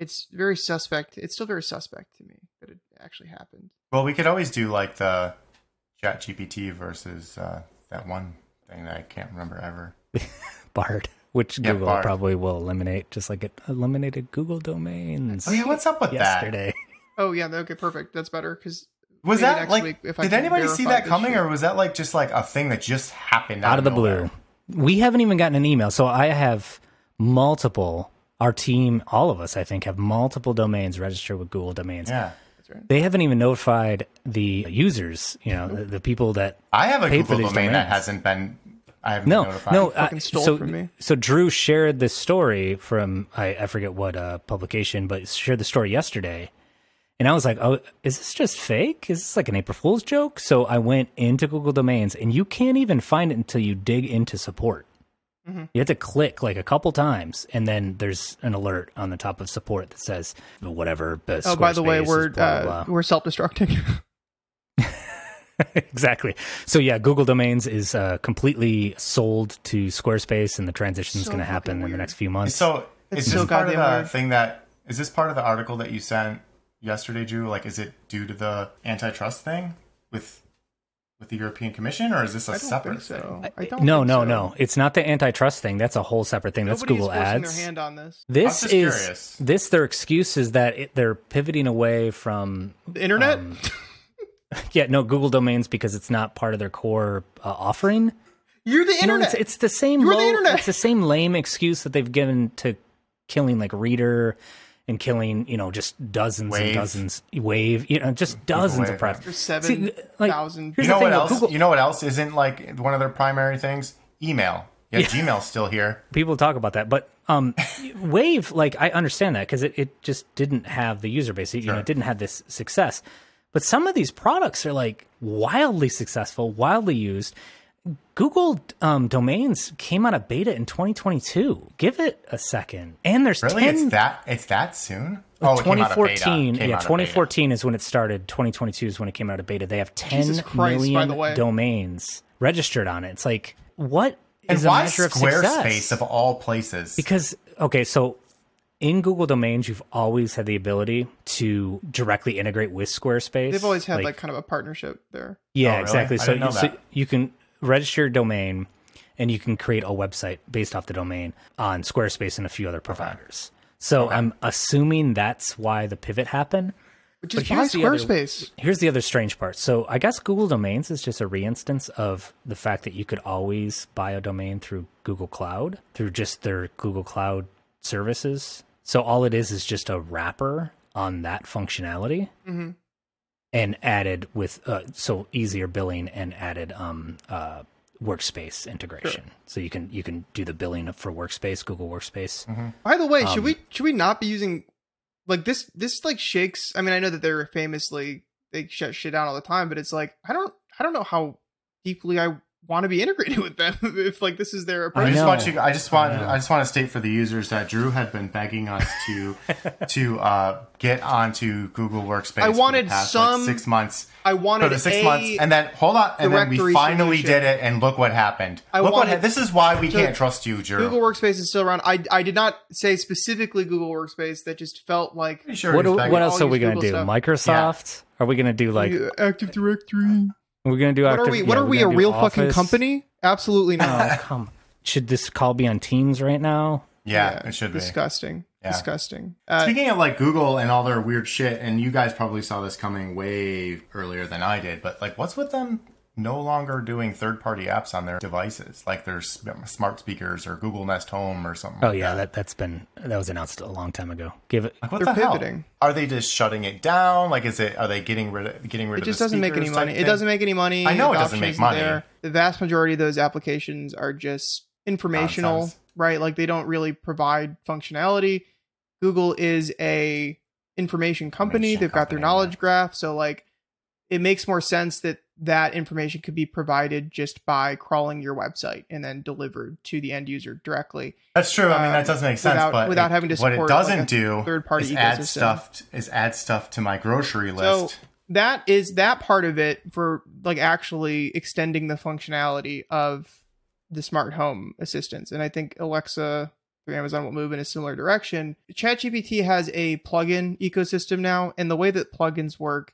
Speaker 4: it's very suspect. It's still very suspect to me that it actually happened.
Speaker 5: Well, we could always do like the Chat GPT versus uh, that one thing that I can't remember ever.
Speaker 6: Bard, which
Speaker 5: Yeah,
Speaker 6: Google
Speaker 5: Bard.
Speaker 6: probably will eliminate, just like it eliminated Google domains
Speaker 5: Oh yeah, what's up with
Speaker 6: yesterday.
Speaker 4: Oh yeah, okay, perfect. That's better because Maybe
Speaker 5: Was that
Speaker 4: next
Speaker 5: like?
Speaker 4: week, if I
Speaker 5: did
Speaker 4: can
Speaker 5: anybody see
Speaker 4: verify
Speaker 5: that
Speaker 4: this
Speaker 5: coming,
Speaker 4: shit.
Speaker 5: or was that like just like a thing that just happened
Speaker 6: out of the
Speaker 5: nowhere?
Speaker 6: blue. We haven't even gotten an email. So I have multiple, our team, all of us, I think, have multiple domains registered with Google Domains.
Speaker 5: Yeah,
Speaker 6: They haven't even notified the users, you know, the, the people that.
Speaker 5: I have a
Speaker 6: Paid for
Speaker 5: Google
Speaker 6: these
Speaker 5: domain that
Speaker 6: domains.
Speaker 5: hasn't been. I haven't been
Speaker 6: No,
Speaker 5: notified.
Speaker 6: no. Uh,
Speaker 4: fucking stole
Speaker 6: so,
Speaker 4: from me.
Speaker 6: so Drew shared this story from, I, I forget what uh, publication, but shared the story yesterday. And I was like, oh, is this just fake? Is this like an April Fool's joke? So I went into Google Domains, and you can't even find it until you dig into support.
Speaker 4: Mm-hmm.
Speaker 6: You have to click like a couple times, and then there's an alert on the top of support that says whatever. uh,
Speaker 4: oh by the way,
Speaker 6: Squarespace is
Speaker 4: we're
Speaker 6: blah, blah,
Speaker 4: Uh,
Speaker 6: blah.
Speaker 4: we're self destructing.
Speaker 6: exactly. So yeah, Google Domains is uh, completely sold to Squarespace, and the transition is
Speaker 4: So
Speaker 6: going to
Speaker 4: fucking
Speaker 6: happen in the
Speaker 4: weird.
Speaker 6: next few months.
Speaker 5: So
Speaker 4: It's
Speaker 5: is this
Speaker 4: so
Speaker 5: part of the
Speaker 4: goddamn weird.
Speaker 5: thing that is this part of the article that you sent yesterday, Drew? Like, is it due to the antitrust thing with with the European Commission, or is this a
Speaker 4: I don't
Speaker 5: separate
Speaker 4: think so.
Speaker 5: thing?
Speaker 4: I don't.
Speaker 6: no,
Speaker 4: think
Speaker 6: no,
Speaker 4: so.
Speaker 6: no. It's not the antitrust thing. That's a whole separate thing.
Speaker 4: Nobody's
Speaker 6: That's Google
Speaker 4: forcing
Speaker 6: Ads.
Speaker 4: their hand on this.
Speaker 6: This
Speaker 5: I'm just
Speaker 6: is
Speaker 5: curious.
Speaker 6: this. Their excuse is that it, they're pivoting away from
Speaker 4: The internet.
Speaker 6: Um, yeah, no Google domains because it's not part of their core uh, offering.
Speaker 4: You're the
Speaker 6: No,
Speaker 4: internet.
Speaker 6: it's, it's the same.
Speaker 4: You're the
Speaker 6: low-
Speaker 4: internet.
Speaker 6: It's the same lame excuse that they've given to killing like Reader and killing you know just dozens and
Speaker 5: Wave.
Speaker 6: dozens wave you know just dozens
Speaker 5: Wave,
Speaker 6: of products.
Speaker 4: seven thousand-
Speaker 6: here's
Speaker 5: You know
Speaker 6: the
Speaker 5: what
Speaker 6: thing,
Speaker 5: else?
Speaker 6: though, Google,
Speaker 5: You know what else isn't like one of their primary things? Email. Yeah, Gmail's still here.
Speaker 6: people talk about that, but um, Wave, like I understand that because it, it just didn't have the user base. It, You know, it didn't have this success. But some of these products are like wildly successful, wildly used. Google um, domains came out of beta in 2022. Give it a second. And there's
Speaker 5: Really,
Speaker 6: 10
Speaker 5: it's that it's that soon. Oh, it came out of beta. Came
Speaker 6: 2014 yeah
Speaker 5: out of beta.
Speaker 6: 2014 is when it started 2022 is when it came out of beta they have 10 million
Speaker 4: Jesus Christ, by the way.
Speaker 6: domains registered on it it's like what
Speaker 5: And
Speaker 6: is a
Speaker 5: why
Speaker 6: measure of
Speaker 5: Squarespace
Speaker 6: success
Speaker 5: of all places?
Speaker 6: because okay so in google domains you've always had the ability to directly integrate with squarespace
Speaker 4: They've always had like, kind of a partnership there.
Speaker 6: yeah
Speaker 5: really?
Speaker 6: exactly
Speaker 5: I
Speaker 6: so,
Speaker 5: didn't know
Speaker 6: you, so
Speaker 5: that.
Speaker 6: you can register your domain and you can create a website based off the domain on squarespace and a few other providers so i'm assuming that's why the pivot happened
Speaker 4: But just buy
Speaker 6: But here's the other-
Speaker 4: Squarespace.
Speaker 6: Here's the other strange part. So I guess Google Domains is just a reinstance of the fact that you could always buy a domain through Google Cloud, through just their Google Cloud services. So all it is is just a wrapper on that functionality
Speaker 4: Mm-hmm.
Speaker 6: and added with uh, so easier billing and added um uh workspace integration. So you can you can do the billing for workspace, Google Workspace.
Speaker 4: By the way,
Speaker 6: Um,
Speaker 4: should we should we not be using like this? This like shakes. I mean, I know that they're famously they shut shit down all the time, but it's like I don't I don't know how deeply I want to be integrated with them. If like this is their
Speaker 5: I
Speaker 4: approach,
Speaker 6: know.
Speaker 5: just want you. I just want.
Speaker 6: know.
Speaker 5: I, just want to state for the users that Drew had been begging us to to uh, get onto Google Workspace.
Speaker 4: I
Speaker 5: for the
Speaker 4: wanted
Speaker 5: past,
Speaker 4: some-
Speaker 5: like, six months.
Speaker 4: I
Speaker 5: For
Speaker 4: wanted
Speaker 5: the six
Speaker 4: a,
Speaker 5: months, and then hold on, and then we
Speaker 4: directory
Speaker 5: finally
Speaker 4: solution.
Speaker 5: did it, and look what happened.
Speaker 4: I
Speaker 5: look what
Speaker 4: wanted-
Speaker 5: ha- this is why we
Speaker 4: So,
Speaker 5: can't trust you, Drew.
Speaker 4: Google Workspace is still around. I I did not say specifically Google Workspace. That just felt like
Speaker 5: Pretty sure
Speaker 6: What,
Speaker 5: he's
Speaker 6: do-
Speaker 5: begging-
Speaker 6: what else
Speaker 4: all
Speaker 6: are we
Speaker 4: use
Speaker 6: going to
Speaker 4: Google
Speaker 6: do?
Speaker 4: stuff.
Speaker 6: Microsoft? Are we going to do like
Speaker 4: uh, Active Directory.
Speaker 6: we're going to do
Speaker 4: What are
Speaker 6: active-
Speaker 4: we?
Speaker 6: yeah,
Speaker 4: What are
Speaker 6: we're
Speaker 4: we? A
Speaker 6: gonna do
Speaker 4: real fucking
Speaker 6: Office.
Speaker 4: company? Absolutely
Speaker 6: Oh,
Speaker 4: not.
Speaker 6: come. Should this call be on Teams right now?
Speaker 5: Yeah, it should be.
Speaker 4: disgusting.
Speaker 5: Yeah.
Speaker 4: Disgusting. Uh,
Speaker 5: Speaking of like Google and all their weird shit, and you guys probably saw this coming way earlier than I did, but like, what's with them no longer doing third party apps on their devices, like their s- smart speakers or Google Nest Home or something?
Speaker 6: Oh
Speaker 5: like
Speaker 6: yeah,
Speaker 5: that.
Speaker 6: that that's been that was announced a long time ago. Give it.
Speaker 5: Like, what
Speaker 4: They're
Speaker 5: the hell?
Speaker 4: pivoting.
Speaker 5: Are they just shutting it down? Like, is it? Are they getting rid of getting rid
Speaker 4: it
Speaker 5: of?
Speaker 4: just
Speaker 5: the
Speaker 4: doesn't make any
Speaker 5: speakers type
Speaker 4: money. It
Speaker 5: thing?
Speaker 4: doesn't make any money.
Speaker 5: I know it doesn't
Speaker 4: Adoption
Speaker 5: make
Speaker 4: isn't
Speaker 5: money.
Speaker 4: The vast majority of those applications are just informational,
Speaker 5: Nonsense.
Speaker 4: right? Like they don't really provide functionality. Google is a information company.
Speaker 6: Information
Speaker 4: They've got their
Speaker 6: company,
Speaker 4: knowledge
Speaker 6: yeah.
Speaker 4: graph, so like it makes more sense that that information could be provided just by crawling your website and then delivered to the end user directly.
Speaker 5: That's true. I mean,
Speaker 4: um,
Speaker 5: that does make sense.
Speaker 4: without-
Speaker 5: but
Speaker 4: without
Speaker 5: it-
Speaker 4: having to
Speaker 5: what it
Speaker 4: support, like,
Speaker 5: doesn't
Speaker 4: a
Speaker 5: do
Speaker 4: third-party
Speaker 5: is add
Speaker 4: ecosystem.
Speaker 5: stuff. t- Is add stuff to my grocery
Speaker 4: So
Speaker 5: list.
Speaker 4: that is that part of it for like actually extending the functionality of the smart home assistants. And I think Alexa through Amazon will move in a similar direction. ChatGPT has a plugin ecosystem now, and the way that plugins work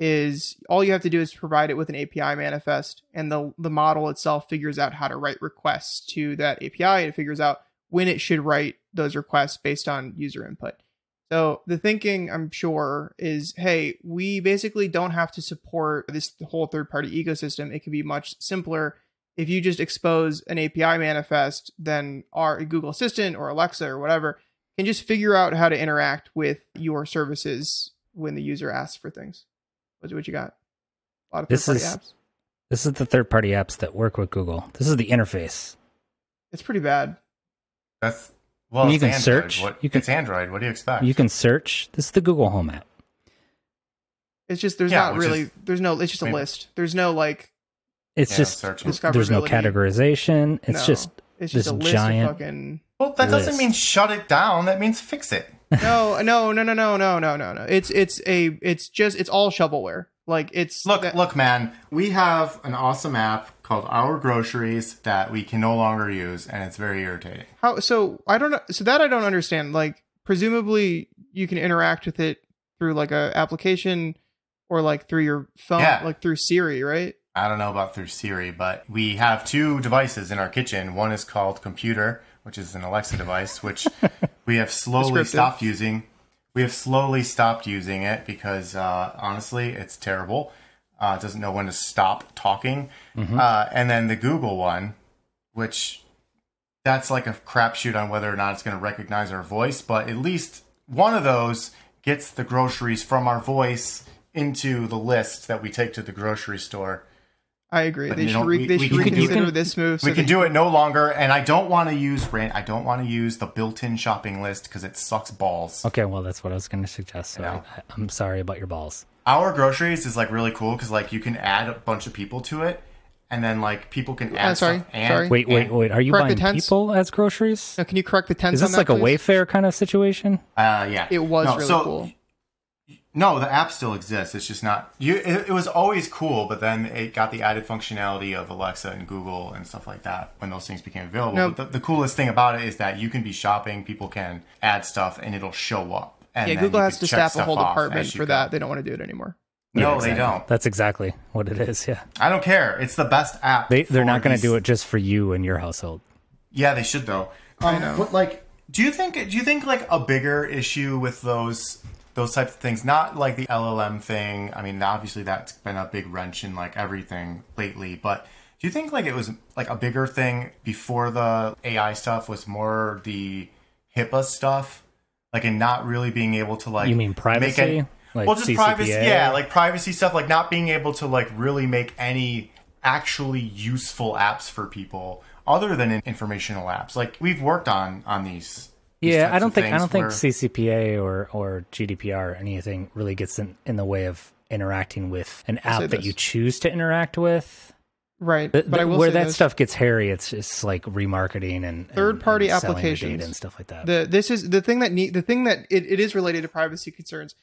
Speaker 4: is all you have to do is provide it with an API manifest, and the the model itself figures out how to write requests to that API. and It figures out when it should write those requests based on user input. So the thinking, I'm sure, is hey, we basically don't have to support this whole third party ecosystem. It can be much simpler if you just expose an API manifest, then our Google Assistant or Alexa or whatever can just figure out how to interact with your services when the user asks for things. What, what you got? A lot of third
Speaker 6: This
Speaker 4: party
Speaker 6: is-
Speaker 4: apps.
Speaker 6: This is the third party apps that work with Google. This is the interface.
Speaker 4: It's pretty bad.
Speaker 5: That's well,
Speaker 6: You
Speaker 5: it's
Speaker 6: can
Speaker 5: Android.
Speaker 6: search.
Speaker 5: What,
Speaker 6: You can-
Speaker 5: it's Android. What do you expect?
Speaker 6: You can search. This is the Google Home app.
Speaker 4: It's just there's
Speaker 5: Yeah,
Speaker 4: not
Speaker 5: which
Speaker 4: really
Speaker 5: is-
Speaker 4: there's no it's just a
Speaker 5: maybe-
Speaker 4: list. There's no like
Speaker 6: It's
Speaker 5: Yeah,
Speaker 6: just
Speaker 5: searching.
Speaker 6: there's no
Speaker 4: Discoverability.
Speaker 6: categorization. It's
Speaker 4: no.
Speaker 6: just
Speaker 4: it's just
Speaker 6: this
Speaker 4: a list
Speaker 6: giant-
Speaker 4: of fucking
Speaker 5: Well, that doesn't
Speaker 6: list.
Speaker 5: mean shut it down. That means fix it.
Speaker 4: no no no no no no no no no. It's it's a it's just it's all shovelware. Like it's
Speaker 5: Look,
Speaker 4: that-
Speaker 5: look, man. We have an awesome app called Our Groceries that we can no longer use, and it's very irritating.
Speaker 4: how so i don't know so that i don't understand like presumably you can interact with it through like a application or like through your phone
Speaker 5: Yeah.
Speaker 4: like through siri right
Speaker 5: I don't know about through Siri, but we have two devices in our kitchen. One is called computer, which is an Alexa device, which we have slowly
Speaker 4: Descriptive.
Speaker 5: stopped using. We have slowly stopped using it because uh, honestly, it's terrible. Uh, it doesn't know when to stop talking. Uh, and then the Google one, which that's like a crapshoot on whether or not it's going to recognize our voice, but at least one of those gets the groceries from our voice into the list that we take to the grocery store
Speaker 4: i agree
Speaker 5: But
Speaker 4: they
Speaker 5: you
Speaker 4: should,
Speaker 5: don't-
Speaker 4: re-
Speaker 5: we-
Speaker 4: they
Speaker 5: we
Speaker 4: should
Speaker 5: can- you can-
Speaker 4: reconsider this move so
Speaker 5: we can
Speaker 4: that-
Speaker 5: do it no longer, and I don't want to use Rand. I don't want to use the built-in shopping list because it sucks balls.
Speaker 6: okay. Well, that's what I was going to suggest. So
Speaker 5: I
Speaker 6: I
Speaker 5: know.
Speaker 6: I, I'm sorry about your balls.
Speaker 5: Our groceries is like really cool because like you can add a bunch of people to it, and then like people can add
Speaker 4: Uh, sorry,
Speaker 5: stuff. And,
Speaker 4: sorry.
Speaker 6: Wait, wait, wait. Are you
Speaker 4: Correct the
Speaker 6: buying
Speaker 4: tense.
Speaker 6: people as groceries?
Speaker 4: Now, can you correct the tense
Speaker 6: Is
Speaker 4: on
Speaker 6: this
Speaker 4: that,
Speaker 6: like a
Speaker 4: please?
Speaker 6: Wayfair kind of situation?
Speaker 5: Uh, yeah,
Speaker 4: it was
Speaker 5: No,
Speaker 4: really
Speaker 5: so-
Speaker 4: cool
Speaker 5: No, the app still exists. It's just not. You, it, it was always cool, but then it got the added functionality of Alexa and Google and stuff like that when those things became available.
Speaker 4: No.
Speaker 5: But the, the coolest thing about it is that you can be shopping, people can add stuff, and it'll show up. And
Speaker 4: yeah
Speaker 5: then
Speaker 4: google
Speaker 5: you
Speaker 4: has
Speaker 5: can
Speaker 4: to
Speaker 5: check
Speaker 4: staff a
Speaker 5: stuff
Speaker 4: whole
Speaker 5: off
Speaker 4: department
Speaker 5: as you
Speaker 4: for
Speaker 5: go.
Speaker 4: that they don't want to do it anymore
Speaker 5: No,
Speaker 6: Yeah,
Speaker 5: they
Speaker 6: exactly.
Speaker 5: don't.
Speaker 6: That's exactly what it is. Yeah.
Speaker 5: I don't care. It's the best app.
Speaker 6: They, they're
Speaker 5: for
Speaker 6: not going to
Speaker 5: these-
Speaker 6: do it just for you and your household.
Speaker 5: Yeah, they should though. Um, But like, do you think? Do you think like a bigger issue with those those types of things? Not like the LLM thing. I mean, obviously that's been a big wrench in like everything lately. But do you think like it was like a bigger thing before the AI stuff was more the HIPAA stuff? Like and not really being able to like
Speaker 6: You mean privacy?
Speaker 5: it-
Speaker 6: Like
Speaker 5: well, just privacy,
Speaker 6: CCPA?
Speaker 5: yeah, like privacy stuff, like not being able to like really make any actually useful apps for people other than in- informational apps. Like we've worked on on these. these
Speaker 6: Yeah,
Speaker 5: types
Speaker 6: I don't
Speaker 5: of
Speaker 6: think I
Speaker 5: things
Speaker 6: don't think
Speaker 5: where-
Speaker 6: CCPA or or GDPR or anything really gets in, in the way of interacting with an
Speaker 4: say
Speaker 6: app that
Speaker 4: this.
Speaker 6: you choose to interact with.
Speaker 4: right
Speaker 6: Th-
Speaker 4: but i
Speaker 6: th-
Speaker 4: will
Speaker 6: where
Speaker 4: say
Speaker 6: that
Speaker 4: this.
Speaker 6: stuff gets hairy, it's just like remarketing and
Speaker 4: Third-party
Speaker 6: and, and selling your
Speaker 4: applications.
Speaker 6: data and stuff like that.
Speaker 4: the this is the thing that knee, the thing that it, it is related to privacy concerns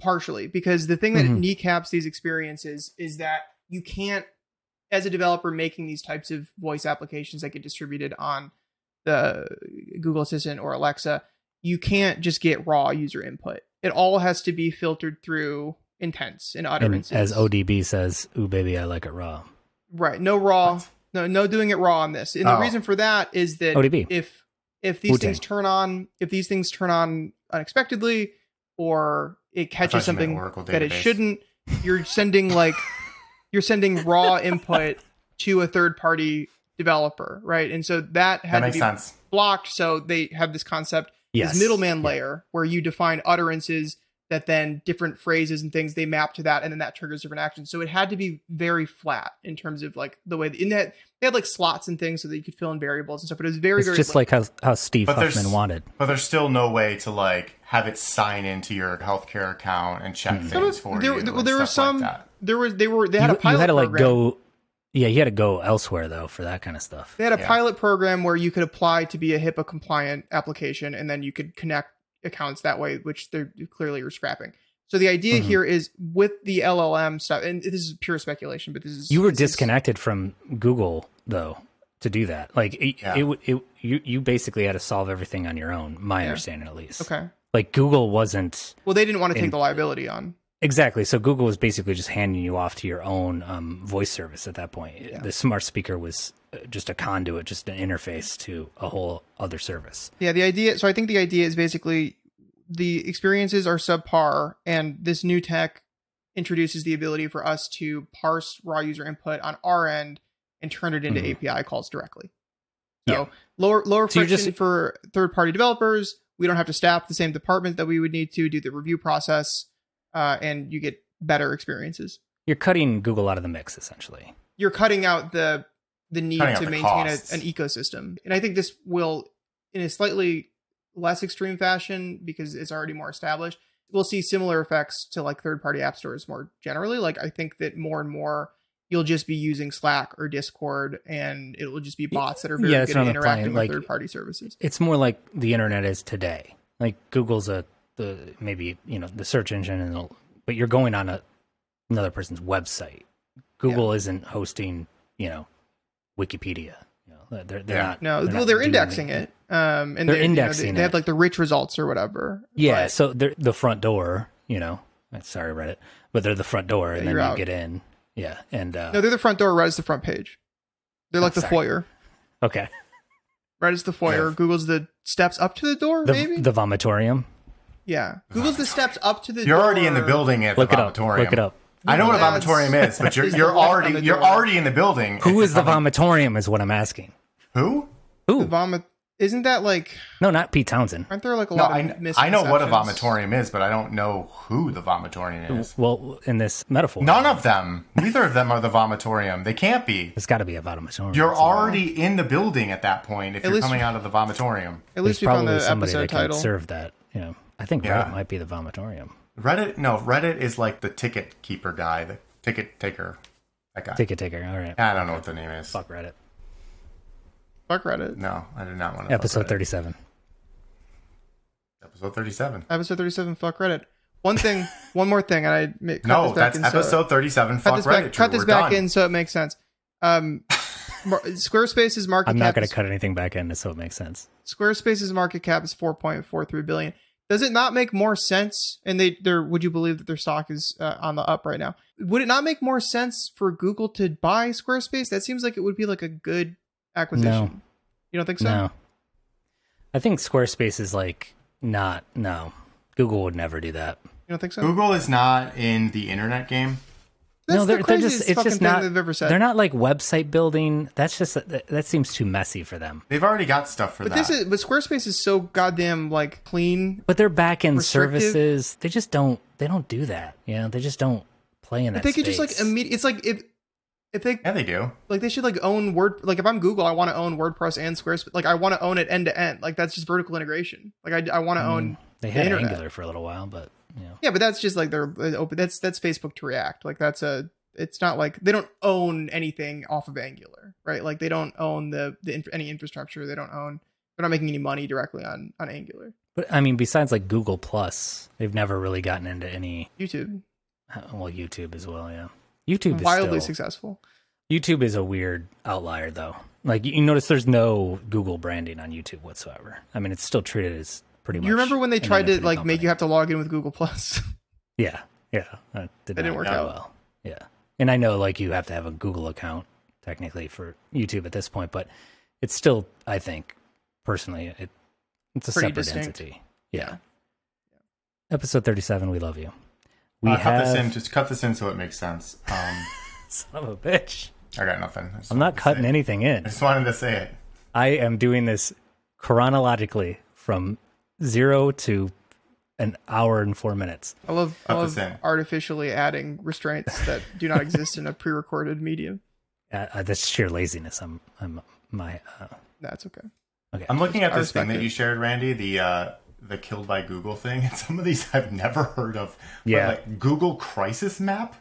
Speaker 4: partially because the thing that
Speaker 6: Mhm.
Speaker 4: kneecaps these experiences is that you can't as a developer making these types of voice applications that get distributed on the Google Assistant or Alexa you can't just get raw user input it all has to be filtered through intents and
Speaker 6: and
Speaker 4: utterances
Speaker 6: as ODB says, "Ooh, baby, I like it raw."
Speaker 4: right no raw no no doing it raw on this and the
Speaker 5: Oh.
Speaker 4: reason for that is that
Speaker 6: ODB.
Speaker 4: if if these
Speaker 6: Wu-Tang.
Speaker 4: things turn on if these things turn on unexpectedly or it
Speaker 5: you
Speaker 4: catches
Speaker 5: meant
Speaker 4: something
Speaker 5: Oracle
Speaker 4: that it
Speaker 5: database.
Speaker 4: shouldn't you're sending like you're sending raw input to a third party developer right and so that had to
Speaker 5: that makes
Speaker 4: be
Speaker 5: sense.
Speaker 4: blocked so they have this concept
Speaker 6: Yes.
Speaker 4: this middleman layer where you define utterances that then different phrases and things they map to that and then that triggers different actions so it had to be very flat in terms of like the way in that they had like slots and things so that you could fill in variables and stuff but it was very
Speaker 6: It's
Speaker 4: very
Speaker 6: just
Speaker 4: limited.
Speaker 6: like how how Steve
Speaker 5: But there's-
Speaker 6: Huffman wanted.
Speaker 5: But there's still no way to like have it sign into your healthcare account and check
Speaker 6: Hmm.
Speaker 5: things for
Speaker 4: there,
Speaker 5: you.
Speaker 4: there-
Speaker 5: and
Speaker 4: well, there were
Speaker 5: stuff like
Speaker 4: some
Speaker 5: that.
Speaker 4: there was they were they had
Speaker 6: you,
Speaker 4: a pilot
Speaker 6: you had to like
Speaker 4: program.
Speaker 6: go. Yeah, you had to go elsewhere though for that kind of stuff.
Speaker 4: they had a
Speaker 5: Yeah.
Speaker 4: pilot program where you could apply to be a HIPAA compliant application and then you could connect accounts that way, which they're clearly are scrapping. So the idea
Speaker 6: Mhm.
Speaker 4: here is with the LLM stuff, and this is pure speculation, but this is
Speaker 6: You were
Speaker 4: this is-
Speaker 6: disconnected from Google though to do that. Like it,
Speaker 5: Yeah.
Speaker 6: it, would- it, you you basically had to solve everything on your own. My understanding, at least.
Speaker 4: Okay.
Speaker 6: Like Google wasn't
Speaker 4: Well, they didn't want to take
Speaker 6: In-
Speaker 4: the liability on.
Speaker 6: exactly. So Google was basically just handing you off to your own um, voice service at that point. The smart speaker was uh, just a conduit, just an interface to a whole other service.
Speaker 4: Yeah, the idea. So I think the idea is basically the experiences are subpar, and this new tech introduces the ability for us to parse raw user input on our end and turn it into API calls directly. So
Speaker 6: Mm-hmm. Yeah.
Speaker 4: lower lower
Speaker 6: So you're
Speaker 4: friction
Speaker 6: just-
Speaker 4: for third party developers. We don't have to staff the same department that we would need to do the review process, uh, and you get better experiences.
Speaker 6: You're cutting Google out of the mix, essentially.
Speaker 4: You're cutting out the the need
Speaker 5: Cutting out
Speaker 4: to
Speaker 5: the
Speaker 4: maintain a,
Speaker 5: costs.
Speaker 4: an ecosystem, and I think this will, in a slightly less extreme fashion, because it's already more established. We'll see similar effects to like third party app stores more generally. Like I think that more and more you'll just be using Slack or Discord, and it will just be bots that are very
Speaker 6: Yeah, that's
Speaker 4: good
Speaker 6: what
Speaker 4: at
Speaker 6: I'm implying,
Speaker 4: interacting
Speaker 6: like-
Speaker 4: with third party services.
Speaker 6: It's more like the internet is today. Like Google's a the maybe you know the search engine, and it'll- but you're going on a, another person's website. Google isn't hosting you know Wikipedia. You know, they're they're
Speaker 5: Yeah.
Speaker 6: not.
Speaker 4: No,
Speaker 6: they're
Speaker 4: well,
Speaker 6: not
Speaker 4: they're
Speaker 6: doing
Speaker 4: indexing
Speaker 6: anything.
Speaker 4: it. Um, and they-
Speaker 6: They're
Speaker 4: you know, they-
Speaker 6: indexing
Speaker 4: they, have
Speaker 6: it.
Speaker 4: like the rich results or whatever.
Speaker 6: Yeah,
Speaker 4: But
Speaker 6: so they're the front door, you know. Sorry, Reddit, but they're the front door, and
Speaker 4: Yeah,
Speaker 6: then
Speaker 4: you're
Speaker 6: you
Speaker 4: out.
Speaker 6: get in. Yeah, and uh,
Speaker 4: no, they're the front door. Reddit's the front page. They're like the
Speaker 6: sorry.
Speaker 4: foyer.
Speaker 6: okay,
Speaker 4: Reddit's the foyer. Google's the steps up to the door.
Speaker 6: the
Speaker 4: maybe.
Speaker 6: the vomitorium.
Speaker 4: yeah. Google's the steps up to the.
Speaker 5: You're already in the
Speaker 4: door.
Speaker 5: building at
Speaker 6: Look
Speaker 5: the
Speaker 6: it
Speaker 5: vomitorium.
Speaker 6: up. Look it up.
Speaker 5: I know what a
Speaker 4: That's-
Speaker 5: vomitorium is, but you're
Speaker 4: is
Speaker 5: you're
Speaker 4: the light on
Speaker 5: already
Speaker 4: the
Speaker 5: you're
Speaker 4: door.
Speaker 5: already in the building.
Speaker 6: Who
Speaker 5: It's
Speaker 6: is the
Speaker 5: coming-
Speaker 6: vomitorium? Is what I'm asking.
Speaker 5: Who?
Speaker 4: The
Speaker 6: Who?
Speaker 4: vomit. Isn't that like?
Speaker 6: no, not Pete Townsend.
Speaker 4: Aren't there like a
Speaker 5: No,
Speaker 4: lot
Speaker 5: I,
Speaker 4: of
Speaker 5: kn- I
Speaker 4: misconceptions?
Speaker 5: know what a vomitorium is, but I don't know who the vomitorium is.
Speaker 6: Well, in this metaphor,
Speaker 5: None of them. Neither of them are the vomitorium. They can't be.
Speaker 6: It's got to be a vomitorium.
Speaker 5: You're
Speaker 6: So
Speaker 5: already in the building at that point if
Speaker 4: At
Speaker 5: you're
Speaker 4: least-
Speaker 5: coming out of the vomitorium.
Speaker 4: At
Speaker 6: There's
Speaker 4: least we found
Speaker 6: probably
Speaker 4: the
Speaker 6: somebody
Speaker 4: episode
Speaker 6: that can
Speaker 4: title.
Speaker 6: serve that. You know, I think
Speaker 5: Yeah.
Speaker 6: Reddit might be the vomitorium.
Speaker 5: Reddit, no, Reddit is like the ticket keeper guy, the ticket taker. That guy.
Speaker 6: Ticket taker. All right.
Speaker 5: I don't know what the name is.
Speaker 6: Fuck Reddit.
Speaker 4: Fuck Reddit.
Speaker 5: No, I do not want to.
Speaker 6: Episode 37.
Speaker 5: Episode 37.
Speaker 4: Episode thirty-seven. Fuck Reddit. One thing. one more thing, and I ma- cut
Speaker 5: No,
Speaker 4: this back
Speaker 5: that's
Speaker 4: in so-
Speaker 5: episode 37.
Speaker 4: cut
Speaker 5: Fuck
Speaker 4: this
Speaker 5: Reddit.
Speaker 4: back. Cut
Speaker 5: Drew,
Speaker 4: this
Speaker 5: we're
Speaker 4: back
Speaker 5: done.
Speaker 4: in so it makes sense. Um, mar- Squarespace's market.
Speaker 6: I'm not
Speaker 4: cap
Speaker 6: going
Speaker 4: is-
Speaker 6: to cut anything back in, so it makes sense.
Speaker 4: Squarespace's market cap is 4.43 billion. Does it not make more sense? And they, they're, would you believe that their stock is uh, on the up right now? Would it not make more sense for Google to buy Squarespace? That seems like it would be like a good acquisition.
Speaker 6: No.
Speaker 4: You don't think so?
Speaker 6: No. I think Squarespace is like not no. Google would never do that.
Speaker 4: You don't think so?
Speaker 5: Google is not in the internet game.
Speaker 4: That's the
Speaker 6: no, they're, they're
Speaker 4: craziest
Speaker 6: just it's
Speaker 4: fucking
Speaker 6: just
Speaker 4: thing
Speaker 6: not
Speaker 4: they've ever said.
Speaker 6: They're not like website building. That's just that, that seems too messy for them.
Speaker 5: They've already got stuff for
Speaker 4: but
Speaker 5: that.
Speaker 4: this is but Squarespace is so goddamn like clean.
Speaker 6: But their back end
Speaker 4: Restrictive.
Speaker 6: services, they just don't they don't do that. You know, they just don't play in that.
Speaker 4: But they could just like
Speaker 6: space.
Speaker 4: immediate. It's like if if they
Speaker 5: yeah, they do.
Speaker 4: like they should like own Word. Like if I'm Google, I want to own WordPress and Squarespace. Like I want to own it end to end. Like that's just vertical integration. Like I I want to
Speaker 5: Mm.
Speaker 4: own
Speaker 6: they
Speaker 4: the
Speaker 6: had
Speaker 4: internet.
Speaker 6: Angular for a little while, but you know.
Speaker 4: Yeah, but that's just like they're uh, open. That's that's Facebook to React. Like that's a. It's not like they don't own anything off of Angular, right? Like they don't own the the inf- any infrastructure. They don't own. They're not making any money directly on on Angular.
Speaker 6: But I mean, besides like Google Plus, they've never really gotten into any.
Speaker 5: Mm.
Speaker 6: uh,
Speaker 4: YouTube
Speaker 6: Well, YouTube as well, yeah. YouTube is
Speaker 4: wildly
Speaker 6: still,
Speaker 4: successful.
Speaker 6: YouTube is a weird outlier, though. Like you notice, there's no Google branding on YouTube whatsoever. I mean, it's still treated as pretty. much
Speaker 4: You remember when they
Speaker 6: an
Speaker 4: tried to
Speaker 6: independent
Speaker 4: like make you
Speaker 6: company.
Speaker 4: have to log in with Google Plus?
Speaker 6: Yeah, yeah, that did
Speaker 4: That
Speaker 6: not
Speaker 4: didn't work
Speaker 6: go
Speaker 4: out.
Speaker 6: well. Yeah, and I know like you have to have a Google account technically for YouTube at this point, but it's still, I think, personally, it it's a
Speaker 4: Pretty
Speaker 6: separate
Speaker 4: distinct.
Speaker 6: entity. Yeah. Episode thirty-seven. We love you. We
Speaker 5: Uh, cut
Speaker 6: have
Speaker 5: this in. Just cut this in so it makes sense. Um,
Speaker 6: son of a bitch.
Speaker 5: I got nothing. I just
Speaker 6: I'm
Speaker 5: wanted
Speaker 6: not
Speaker 5: to
Speaker 6: cutting
Speaker 5: say it.
Speaker 6: anything in.
Speaker 5: I just wanted to say it.
Speaker 6: I am doing this chronologically from zero to an hour and four minutes.
Speaker 4: I love I
Speaker 5: Up the
Speaker 4: love
Speaker 5: same.
Speaker 4: artificially adding restraints that do not exist in a pre-recorded medium.
Speaker 6: Uh, uh, that's sheer laziness. I'm, I'm my. Uh,
Speaker 4: That's okay.
Speaker 6: okay.
Speaker 5: I'm looking at
Speaker 4: I
Speaker 5: this thing
Speaker 4: respect
Speaker 5: that
Speaker 4: it.
Speaker 5: you shared, Randy. The uh, the killed by Google thing, and some of these I've never heard of. But,
Speaker 6: Yeah.
Speaker 5: like Google Crisis Map.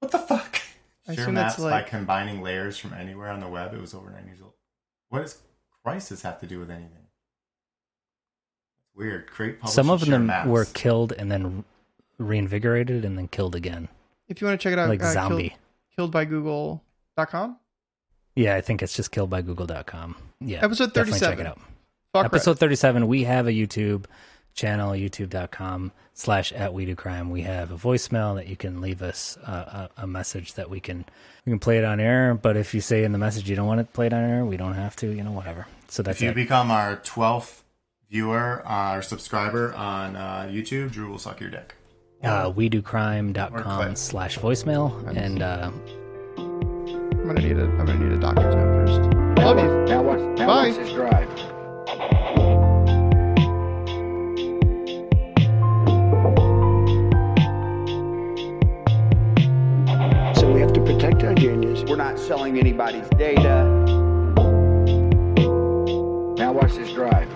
Speaker 5: What the fuck?
Speaker 4: I
Speaker 5: Share
Speaker 4: assume that's
Speaker 5: maps
Speaker 4: like-
Speaker 5: by combining layers from anywhere on the web. It was over nine years old. What does crisis have to do with anything? Weird. Create publish
Speaker 6: Some
Speaker 5: and
Speaker 6: of
Speaker 5: share
Speaker 6: them
Speaker 5: maps.
Speaker 6: were killed and then reinvigorated and then killed again,
Speaker 4: If you want to check it out,
Speaker 6: like
Speaker 4: uh, killed-
Speaker 6: zombie.
Speaker 4: killed by Google.com.
Speaker 6: Yeah, I think it's just killed by Google.com. Yeah,
Speaker 4: Episode
Speaker 6: definitely check
Speaker 4: 37.
Speaker 6: it out.
Speaker 4: Fuck
Speaker 6: episode
Speaker 4: Reddit.
Speaker 6: 37 we have a youtube channel youtube.com slash at we do crime we have a voicemail that you can leave us uh, a, a message that we can we can play it on air but if you say in the message you don't want it played on air we don't have to you know whatever so that's
Speaker 5: If you
Speaker 6: it
Speaker 5: become our 12th viewer uh, or subscriber on uh, YouTube, Drew will suck your dick.
Speaker 6: Uh,
Speaker 5: Or click.
Speaker 6: WeDoCrime.com slash voicemail. And uh,
Speaker 4: I'm gonna need a I'm gonna need a doctor's note first. Love you.
Speaker 1: Now watch, now
Speaker 4: Bye.
Speaker 1: watch this drive.
Speaker 7: So we have to protect our juniors.
Speaker 8: We're not selling anybody's data.
Speaker 1: Now watch this drive.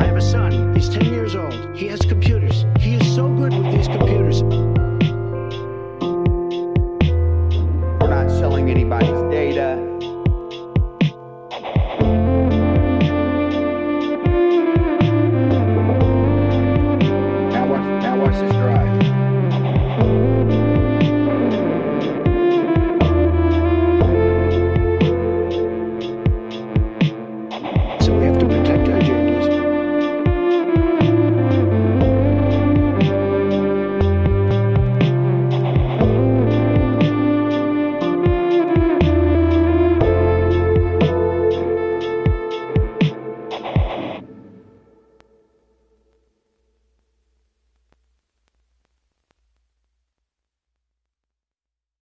Speaker 2: I have a son. He's 10 years old. He has computers. He is so good with these computers.
Speaker 8: We're not selling anybody's